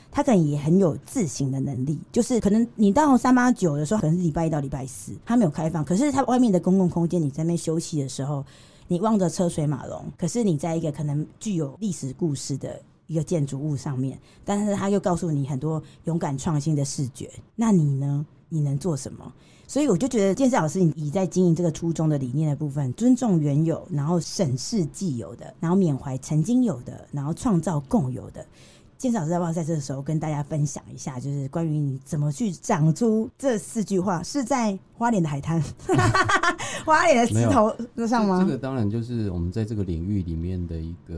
它可能也很有自省的能力，就是可能你到三八九的时候，可能是礼拜一到礼拜四，它没有开放，可是它外面的公共空间，你在那边休息的时候，你望着车水马龙，可是你在一个可能具有历史故事的一个建筑物上面，但是它又告诉你很多勇敢创新的视觉。那你呢？你能做什么？所以我就觉得建设老师，你你在经营这个初衷的理念的部分，尊重原有，然后审视既有的，然后缅怀曾经有的，然后创造共有的。建设老师要不要在这个时候跟大家分享一下，就是关于你怎么去长出这四句话？是在花莲的海滩， [LAUGHS] 花莲的石头那上吗？这个当然就是我们在这个领域里面的一个，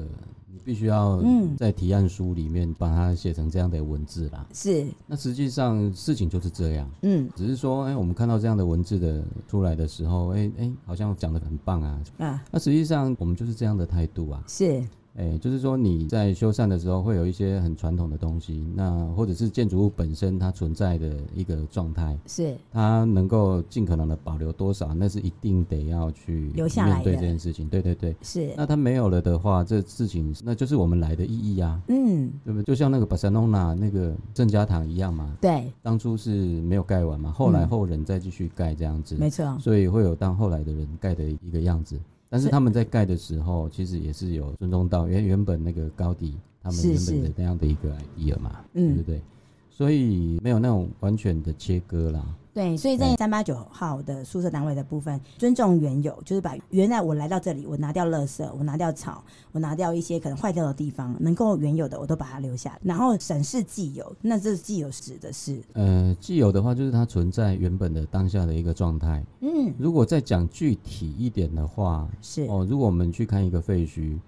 你必须要嗯在提案书里面把它写成这样的文字啦。是，那实际上事情就是这样。嗯只是说，哎、我们看到这样的文字的出来的时候，哎、哎、好像讲的很棒啊。啊，那实际上我们就是这样的态度啊，是哎、就是说你在修缮的时候会有一些很传统的东西，那或者是建筑物本身它存在的一个状态，是它能够尽可能的保留多少，那是一定得要去留下来的面对这件事情。对对对，是，那它没有了的话，这事情那就是我们来的意义啊。嗯，对不对？就像那个巴塞隆纳那个郑家堂一样嘛，对，当初是没有盖完嘛，后来嗯后人再继续盖这样子。没错，所以会有当后来的人盖的一个样子。但是他们在盖的时候，其实也是有尊重到原原本那个高迪他们是原是本的那样的一个 idea 嘛，对不嗯，对？所以没有那种完全的切割啦。对，所以在三八九号的宿舍单位的部分，尊重原有，就是把原来我来到这里，我拿掉垃圾，我拿掉草，我拿掉一些可能坏掉的地方，能够原有的我都把它留下来，然后审视既有，那这既有指的是，呃，既有的话就是它存在原本的当下的一个状态。嗯，如果再讲具体一点的话，是哦，如果我们去看一个废墟，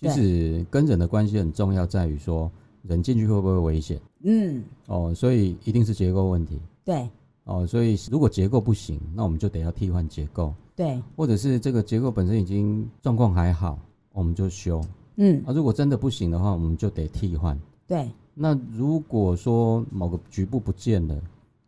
其对实跟人的关系很重要，在于说人进去会不会危险嗯，哦，所以一定是结构问题。对哦，所以如果结构不行，那我们就得要替换结构，对，或者是这个结构本身已经状况还好，我们就修。嗯啊，如果真的不行的话，我们就得替换。对，那如果说某个局部不见了，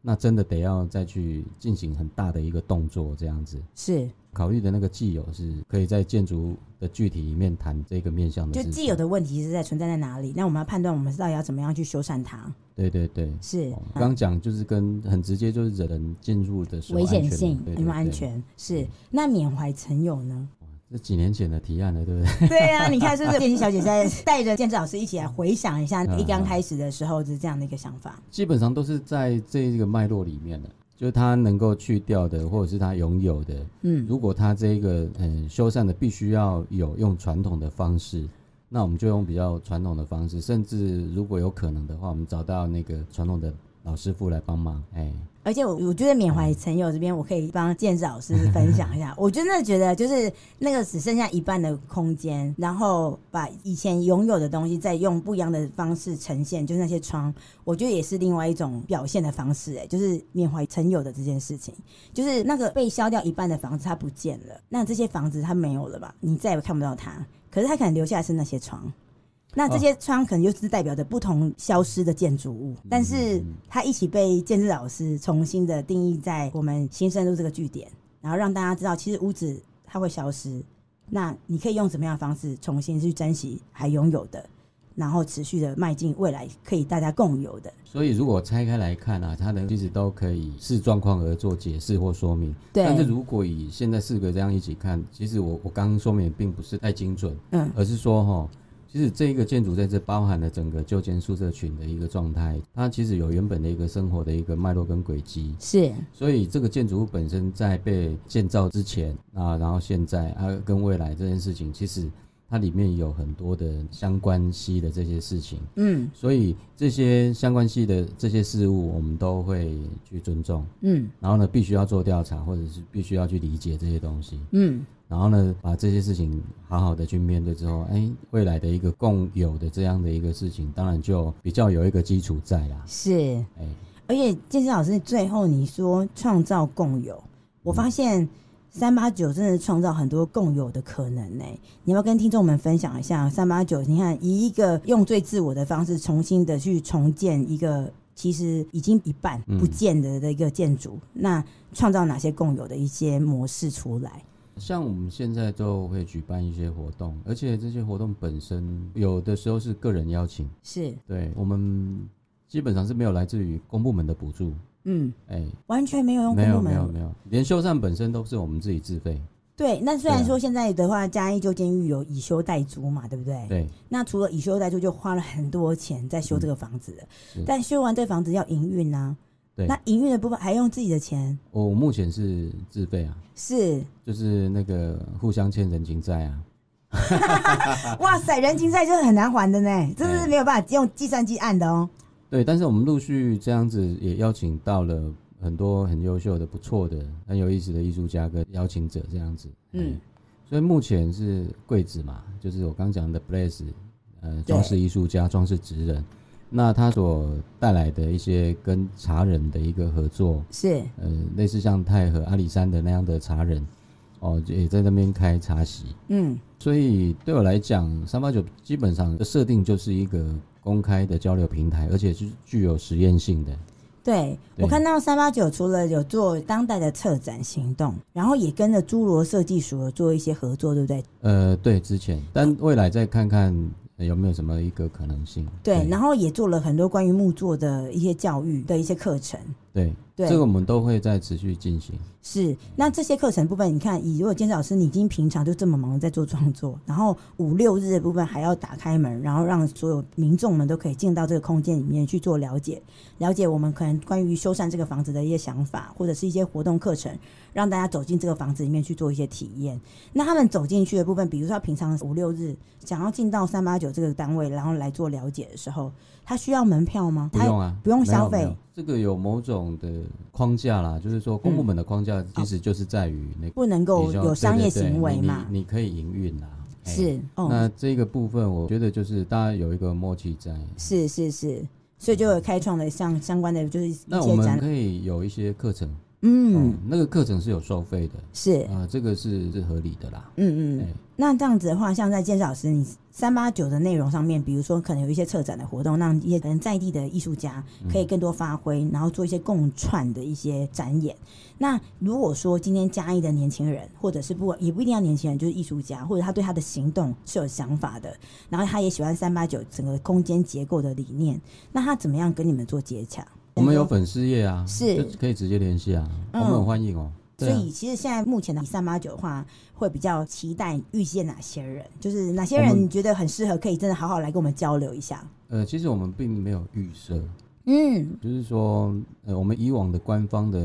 那真的得要再去进行很大的一个动作，这样子。是，考虑的那个既有是可以在建筑的具体里面谈这个面向的就事情。既有的问题是在存在在哪里，那我们要判断我们到底要怎么样去修缮它，对对对，是哦，刚刚讲就是跟很直接就是人进入的时候危安险全性对有对没有安对全？是那缅怀曾友 [LAUGHS] 呢？这几年前的提案了，对不对？对啊，你看是不 [LAUGHS] 是建新小姐在带着建志老师一起来回想一下嗯一刚开始的时候是这样的一个想法？基本上都是在这个脉络里面的， [LAUGHS] 就是他能够去掉的，或者是他拥有的。嗯，如果他这个嗯修缮的必须要有用传统的方式，那我们就用比较传统的方式，甚至如果有可能的话，我们找到那个传统的老师傅来帮忙，哎、而且我我觉得缅怀陈友这边，我可以帮建志老师分享一下。我真的觉得就是那个只剩下一半的空间，然后把以前拥有的东西再用不一样的方式呈现，就是那些窗，我觉得也是另外一种表现的方式、哎，就是缅怀陈友的这件事情，就是那个被削掉一半的房子它不见了，那这些房子它没有了吧？你再也看不到它，可是它可能留下的是那些窗。那啊这些窗可能就是代表着不同消失的建筑物，嗯但是它一起被建筑老师重新的定义在我们新生路这个据点，然后让大家知道，其实屋子它会消失，那你可以用什么样的方式重新去珍惜还拥有的，然后持续的迈进未来可以大家共有的。所以如果拆开来看啊，它的其实都可以视状况而做解释或说明。对但是如果以现在四个这样一起看，其实我我刚刚说明也并不是太精准，嗯，而是说哈，其实这一个建筑在这包含了整个旧间宿舍群的一个状态，它其实有原本的一个生活的一个脉络跟轨迹。是所以这个建筑物本身在被建造之前啊，然后现在啊跟未来这件事情，其实它里面有很多的相关系的这些事情。嗯所以这些相关系的这些事物，我们都会去尊重。嗯然后呢，必须要做调查，或者是必须要去理解这些东西。嗯，然后呢，把这些事情好好的去面对之后，哎，未来的一个共有的这样的一个事情，当然就比较有一个基础在啦。是。哎，而且建设老师最后你说创造共有，嗯我发现三八九真的创造很多共有的可能呢、你要不要跟听众们分享一下三八九？你看以一个用最自我的方式，重新的去重建一个其实已经一半嗯不见的的一个建筑，那创造哪些共有的一些模式出来？像我们现在都会举办一些活动，而且这些活动本身有的时候是个人邀请，是，对我们基本上是没有来自于公部门的补助。嗯，哎，完全没有用没公有部没有门。没有，连修缮本身都是我们自己自费。对，那虽然对啊说现在的话，嘉义旧监狱有以修代租嘛，对不对？对，那除了以修代租，就花了很多钱在修这个房子了，嗯是但修完这房子要营运啊，对那营运的部分还用自己的钱，我目前是自费啊，是，就是那个互相欠人情债啊。哇塞，人情债就是很难还的呢，真的是没有办法用计算机按的哦，对，但是我们陆续这样子也邀请到了很多很优秀的、不错的、很有意思的艺术家跟邀请者这样子。嗯嗯，所以目前是柜子嘛，就是我刚讲的 Blaze，呃，装饰艺术家、装饰职人，那他所带来的一些跟茶人的一个合作，是，呃，类似像太和、阿里山的那样的茶人，哦，也在那边开茶席。嗯，所以对我来讲，三八九基本上的设定就是一个公开的交流平台，而且是具有实验性的。对对我看到三八九除了有做当代的策展行动，然后也跟着侏罗设计署有做一些合作，对不对？呃，对，之前，但未来再看看呃有没有什么一个可能性。对，然后也做了很多关于木作的一些教育的一些课程，对，对这个我们都会再持续进行。是，那这些课程部分，你看，以如果监视老师你已经平常就这么忙在做创作，然后五六日的部分还要打开门，然后让所有民众们都可以进到这个空间里面去做了解，了解我们可能关于修缮这个房子的一些想法，或者是一些活动课程，让大家走进这个房子里面去做一些体验。那他们走进去的部分，比如说他平常五六日想要进到三八九这个单位，然后来做了解的时候，他需要门票吗？不他用啊，不用没有消费没有这个有某种的框架啦，就是说公部门的框架其实就是在于那个不能比够较嗯有商业对对对行为你嘛？你你可以营运啦。哎是，哦。那这个部分，我觉得就是大家有一个默契在。是是是，所以就有开创了像相关的就是一那我些们展，可以有一些课程，嗯嗯，，那个课程是有收费的，是，啊、这个是是合理的啦。嗯嗯哎。那这样子的话，像在建设老师你三八九的内容上面，比如说可能有一些策展的活动，让一些可能在地的艺术家嗯可以更多发挥，然后做一些共创的一些展演。那如果说今天嘉义的年轻人，或者是不也不一定要年轻人，就是艺术家，或者他对他的行动是有想法的，然后他也喜欢三八九整个空间结构的理念，那他怎么样跟你们做接洽？我们有粉丝页啊，是就可以直接联系啊，嗯我们很欢迎哦。所对啊以其实现在目前的三八九的话，会比较期待遇见哪些人，就是哪些我人们你觉得很适合，可以真的好好来跟我们交流一下。呃，其实我们并没有预设，嗯，就是说，呃，我们以往的官方的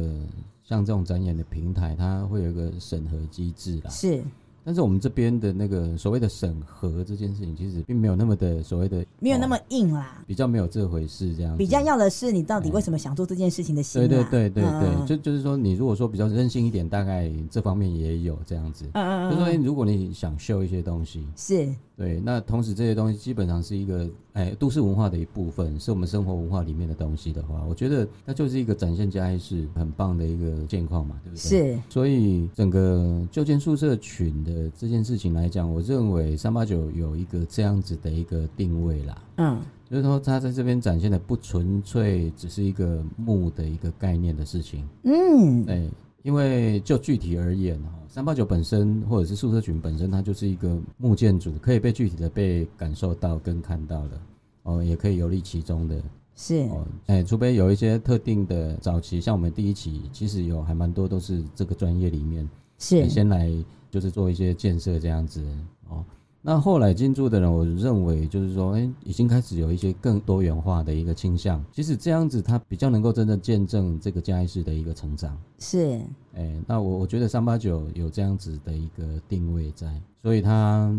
像这种展演的平台，它会有一个审核机制啦。是但是我们这边的那个所谓的审核这件事情，其实并没有那么的所谓的没有那么硬啦。比较没有这回事这样子。比较要的是你到底为什么想做这件事情的心、啊对对对对对，嗯就就是说，你如果说比较任性一点，大概这方面也有这样子。嗯嗯就嗯说嗯，如果你想秀一些东西，是对，那同时这些东西基本上是一个哎都市文化的一部分，是我们生活文化里面的东西的话，我觉得那就是一个展现嘉义市很棒的一个现况嘛，对不对？。是，所以整个旧建宿舍群的这件事情来讲，我认为三八九有一个这样子的一个定位啦。嗯就是说，它在这边展现的不纯粹只是一个木的一个概念的事情，嗯，哎，因为就具体而言哈，三八九本身或者是宿舍群本身，它就是一个木建筑，可以被具体的被感受到跟看到的，哦，也可以游历其中的是哦，哎，除非有一些特定的早期，像我们第一期其实有还蛮多都是这个专业里面是先来就是做一些建设这样子哦。那后来进驻的人，我认为就是说，哎、已经开始有一些更多元化的一个倾向。其实这样子，它比较能够真正见证这个嘉义市的一个成长。是，哎、那我我觉得三八九有这样子的一个定位在，所以它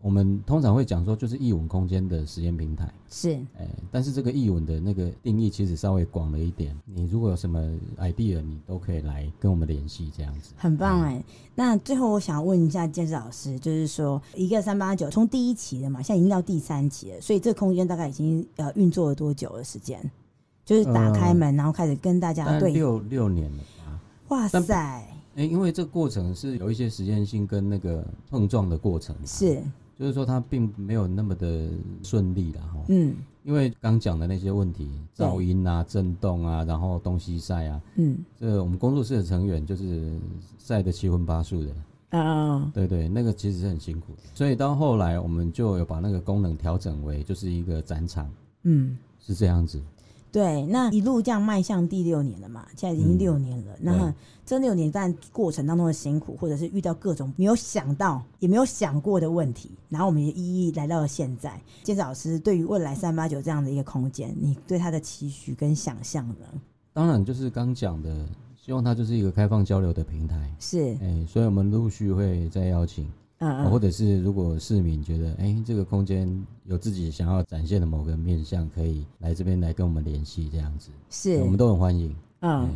我们通常会讲说，就是艺文空间的实验平台。是哎、但是这个译文的那个定义其实稍微广了一点。你如果有什么 idea，你都可以来跟我们联系这样子。很棒哎、那最后我想问一下建设老师，就是说一个三八九从第一期的嘛，现在已经到第三期了，所以这个空间大概已经呃运作了多久的时间？就是打开门，然后开始跟大当家然对，呃六六年了吧。哇但塞，哎、因为这个过程是有一些实验性跟那个碰撞的过程，啊是，就是说它并没有那么的顺利啦哈。嗯因为刚讲的那些问题，对噪音啊、震动啊，然后东西晒啊，嗯这我们工作室的成员就是晒得七荤八素的，呃，对对，那个其实是很辛苦的。所以到后来，我们就有把那个功能调整为就是一个展场，嗯。是这样子。对，那一路这样迈向第六年了嘛，现在已经嗯六年了。那对这六年但过程当中的辛苦，或者是遇到各种没有想到、也没有想过的问题，然后我们也一一来到了现在。建设老师对于未来三八九这样的一个空间，你对它的期许跟想象呢？当然，就是刚讲的，希望它就是一个开放交流的平台。是，哎、所以我们陆续会再邀请。嗯哦或嗯，者是如果市民觉得，哎、这个空间有自己想要展现的某个面向，可以来这边来跟我们联系，这样子，是我，们都很欢迎。嗯哎。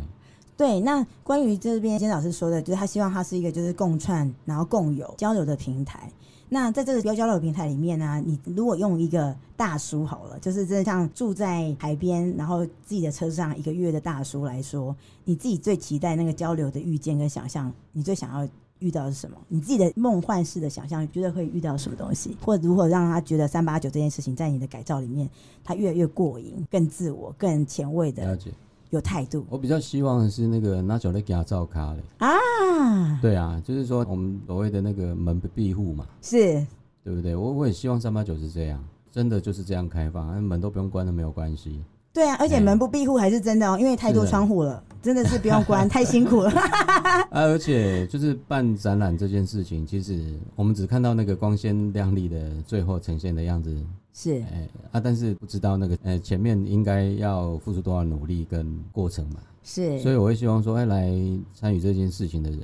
对，那关于这边金老师说的，就是他希望它是一个就是共创，然后共有交流的平台。那在这个交流的平台里面呢、你如果用一个大叔好了，就是真的像住在海边，然后自己的车上一个月的大叔来说，你自己最期待那个交流的遇见跟想象，你最想要遇到的是什么？你自己的梦幻式的想象，你觉得会遇到什么东西，或如何让他觉得三八九这件事情在你的改造里面，他越来越过瘾，更自我、更前卫了的解。有态度我比较希望的是那个拿脚来给他照咖嘞。啊？对啊，就是说我们所谓的那个门不闭户嘛，是对不对？我我也希望三八九是这样，真的就是这样开放，啊门都不用关了，没有关系。对啊，而且哎门不闭户还是真的哦，因为太多是的窗户了，真的是不用 [LAUGHS] 关，太辛苦了。啊，而且就是办展览这件事情，其实我们只看到那个光鲜亮丽的最后呈现的样子，是哎、啊，但是不知道那个呃前面应该要付出多少努力跟过程嘛，所是，以我会希望说，哎，来参与这件事情的人，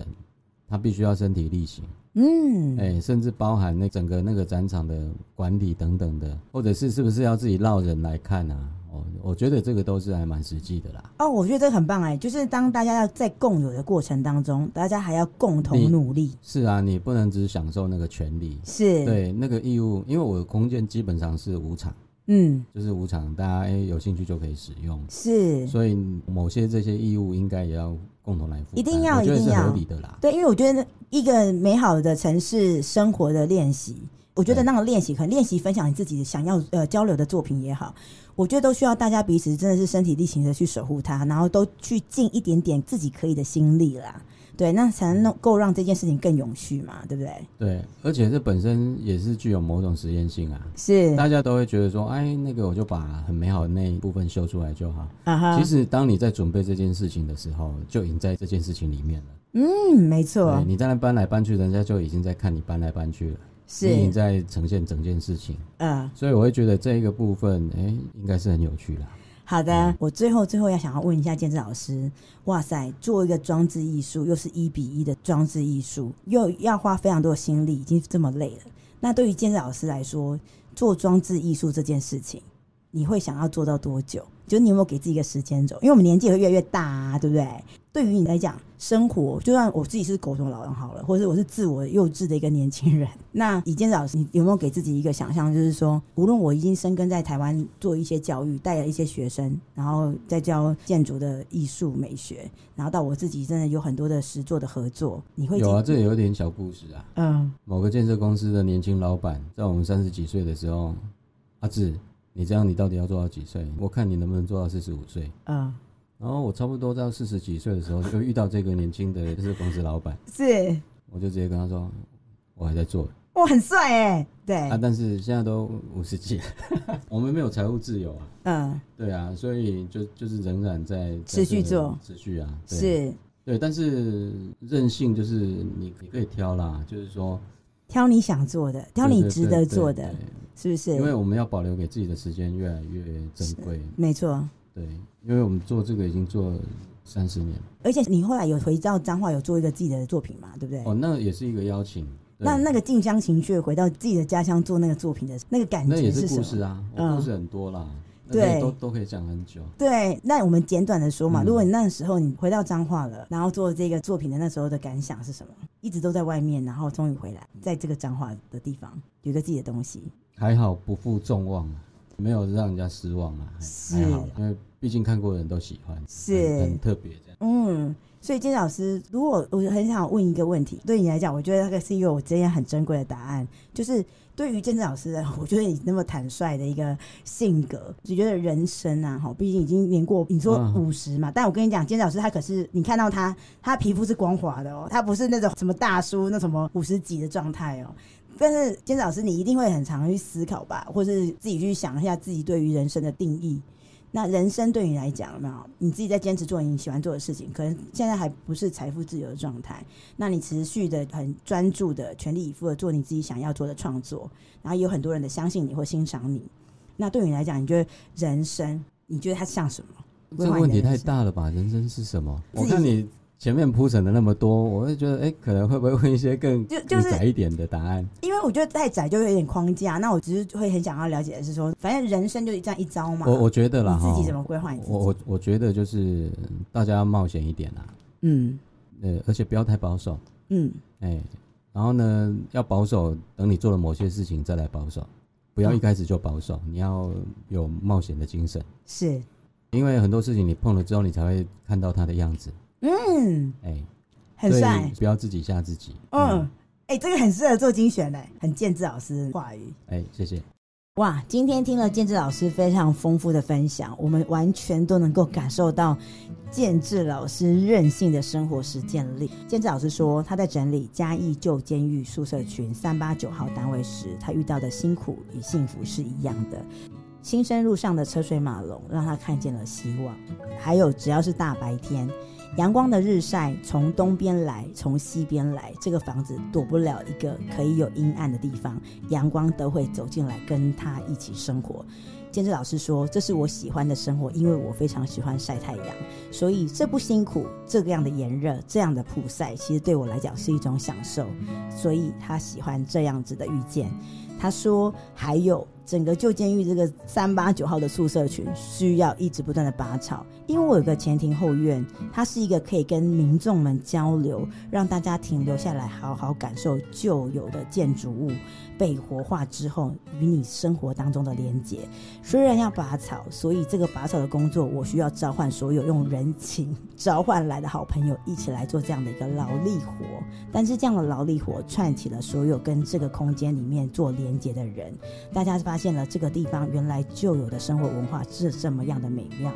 他必须要身体力行，嗯，哎、甚至包含那整个那个展场的管理等等的，或者是是不是要自己绕人来看啊？哦，我觉得这个都是还蛮实际的啦。哦，我觉得这个很棒哎，就是当大家要在共有的过程当中，大家还要共同你努力。是啊，你不能只享受那个权利，是，对那个义务，因为我的空间基本上是无偿，嗯，就是无偿，大家哎、有兴趣就可以使用。是。所以某些这些义务应该也要共同来负担，一定要我觉得一定是要合理的啦。对，因为我觉得一个美好的城市生活的练习，我觉得对那种练习，可能练习分享你自己想要呃交流的作品也好，我觉得都需要大家彼此真的是身体力行的去守护它，然后都去尽一点点自己可以的心力啦。对，那才能嗯够让这件事情更永续嘛，对不对？对，而且这本身也是具有某种实验性啊。是大家都会觉得说，哎，那个我就把很美好的那一部分修出来就好。啊哈其，实，当你在准备这件事情的时候，就已经在这件事情里面了。嗯，没错对，，你在那搬来搬去，人家就已经在看你搬来搬去了，你已是经，在呈现整件事情。嗯。所以，我会觉得这一个部分，哎，应该是很有趣啦。好的，我最后最后要想要问一下建志老师，哇塞，做一个装置艺术，又是一比一的装置艺术，又要花非常多的心力，已经这么累了。那对于建志老师来说，做装置艺术这件事情，你会想要做到多久？就你有没有给自己一个时间轴？因为我们年纪会越来越大、啊，对不对？对于你来讲，生活就算我自己是狗熊老人好了，或者我是自我幼稚的一个年轻人，那以健老师，你有没有给自己一个想象？就是说，无论我已经深耕在台湾做一些教育，带了一些学生，然后再教建筑的艺术美学，然后到我自己真的有很多的实作的合作，你会有啊，自己这有点小故事啊。嗯某个建设公司的年轻老板，在我们三十几岁的时候，阿志，你这样你到底要做到几岁？我看你能不能做到四十五岁。嗯，然后我差不多到四十几岁的时候，就遇到这个年轻的建设公司老板，是我就直接跟他说，我还在做哇，很帅哎、对，啊，但是现在都五十几了， [LAUGHS] 我们没有财务自由啊。嗯，对啊，所以就就是仍然在持续，在做这个持续啊，对是对，但是任性就是你你可以挑啦，就是说挑你想做的，挑你对对值对得对做对的，是不因为是？我们要保留给自己的时间越来越珍贵，没错。对，因为我们做这个已经做三十年了，而且你后来有回到彰化，有做一个自己的作品嘛，对不对？哦，那也是一个邀请，对那那个近乡情怯，回到自己的家乡做那个作品的那个感那也觉是什故么？事啊，嗯我故事很多啦，那对可以都都可以讲很久，对，那我们简短的说嘛，嗯如果你那时候你回到彰化了，然后做这个作品的那时候的感想是什么？一直都在外面，然后终于回来，在这个彰化的地方有一个自己的东西，还好不负众望啊，没有让人家失望啊，是还还好啦，因为毕竟看过的人都喜欢，是很很特别这样。嗯，所以金老师，如果我很想问一个问题，对你来讲，我觉得那个是一个我今天很珍贵的答案，就是对于建志老师的，我觉得你那么坦率的一个性格，就觉得人生啊，哈，毕竟已经年过你说嗯五十嘛，但我跟你讲，金老师他可是你看到他，他皮肤是光滑的哦，他不是那种什么大叔那什么五十几的状态哦。但是，金老师，你一定会很常去思考吧，或是自己去想一下自己对于人生的定义。那人生对你来讲，有没有你自己在坚持做你喜欢做的事情？可能现在还不是财富自由的状态，那你持续的很专注的、全力以赴的做你自己想要做的创作，然后也有很多人的相信你或欣赏你。那对你来讲，你觉得人生，你觉得它像什么？这个问题太大了吧？人生是什么？自己我看你前面铺陈的那么多，我会觉得，哎、可能会不会问一些更就就更是窄一点的答案？因为我觉得太窄就会有点框架。那我只是会很想要了解的是说，反正人生就是这样一招嘛。我我觉得啦，你自己哈怎么规划你自己？我我我觉得就是大家要冒险一点啦，嗯呃，而且不要太保守，嗯哎、然后呢，要保守，等你做了某些事情再来保守，嗯不要一开始就保守，你要有冒险的精神，是因为很多事情你碰了之后，你才会看到它的样子，嗯哎、很所以帅不要自己吓自己，嗯，哎、这个很适合做精选嘞、很见志老师的话语。哎、谢谢。哇，今天听了建志老师非常丰富的分享，我们完全都能够感受到建志老师任性的生活实践力。建志老师说，他在整理嘉义旧监狱宿舍群三八九号单位时，他遇到的辛苦与幸福是一样的。新生路上的车水马龙让他看见了希望，还有只要是大白天，阳光的日晒从东边来，从西边来，这个房子躲不了一个可以有阴暗的地方，阳光都会走进来跟他一起生活。建志老师说：“这是我喜欢的生活，因为我非常喜欢晒太阳，所以这不辛苦，这样的炎热，这样的曝晒，其实对我来讲是一种享受。所以他喜欢这样子的遇见。”他说：“还有整个旧监狱这个三八九号的宿舍群，需要一直不断的拔草，因为我有个前庭后院，它是一个可以跟民众们交流，让大家停留下来，好好感受旧有的建筑物被活化之后与你生活当中的连结。虽然要拔草，所以这个拔草的工作，我需要召唤所有用人情召唤来的好朋友一起来做这样的一个劳力活。但是这样的劳力活串起了所有跟这个空间里面做连接的人，大家发现了这个地方原来旧有的生活文化是这么样的美妙。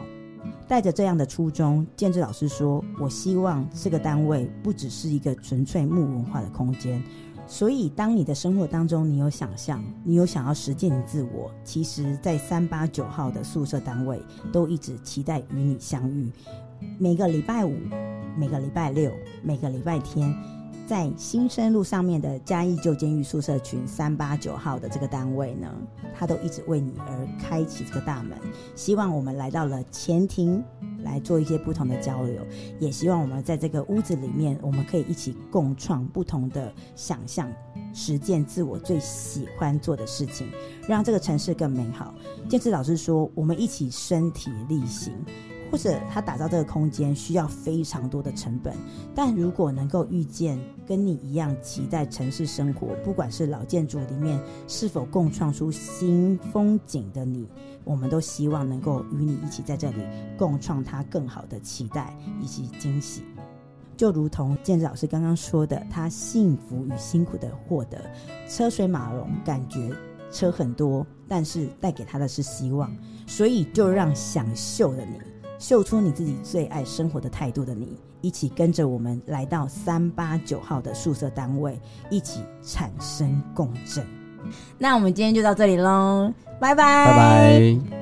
带着这样的初衷，建志老师说：“我希望这个单位不只是一个纯粹木文化的空间。所以，当你的生活当中，你有想象，你有想要实践你自我，其实，在三八九号的宿舍单位都一直期待与你相遇。每个礼拜五、每个礼拜六、每个礼拜天，在新生路上面的嘉义旧监狱宿舍群三八九号的这个单位呢，它都一直为你而开启这个大门。希望我们来到了前庭来做一些不同的交流，也希望我们在这个屋子里面，我们可以一起共创不同的想象。实践自我最喜欢做的事情，让这个城市更美好。建志老师说，我们一起身体力行，或者他打造这个空间需要非常多的成本，但如果能够遇见跟你一样期待城市生活，不管是老建筑里面是否共创出新风景的你，我们都希望能够与你一起在这里共创它更好的期待以及惊喜。就如同建志老师刚刚说的，他幸福与辛苦的获得，车水马龙，感觉车很多，但是带给他的是希望，所以就让想秀的你，秀出你自己最爱生活的态度的你，一起跟着我们来到三八九号的宿舍单位，一起产生共振。那我们今天就到这里喽，拜拜，拜拜。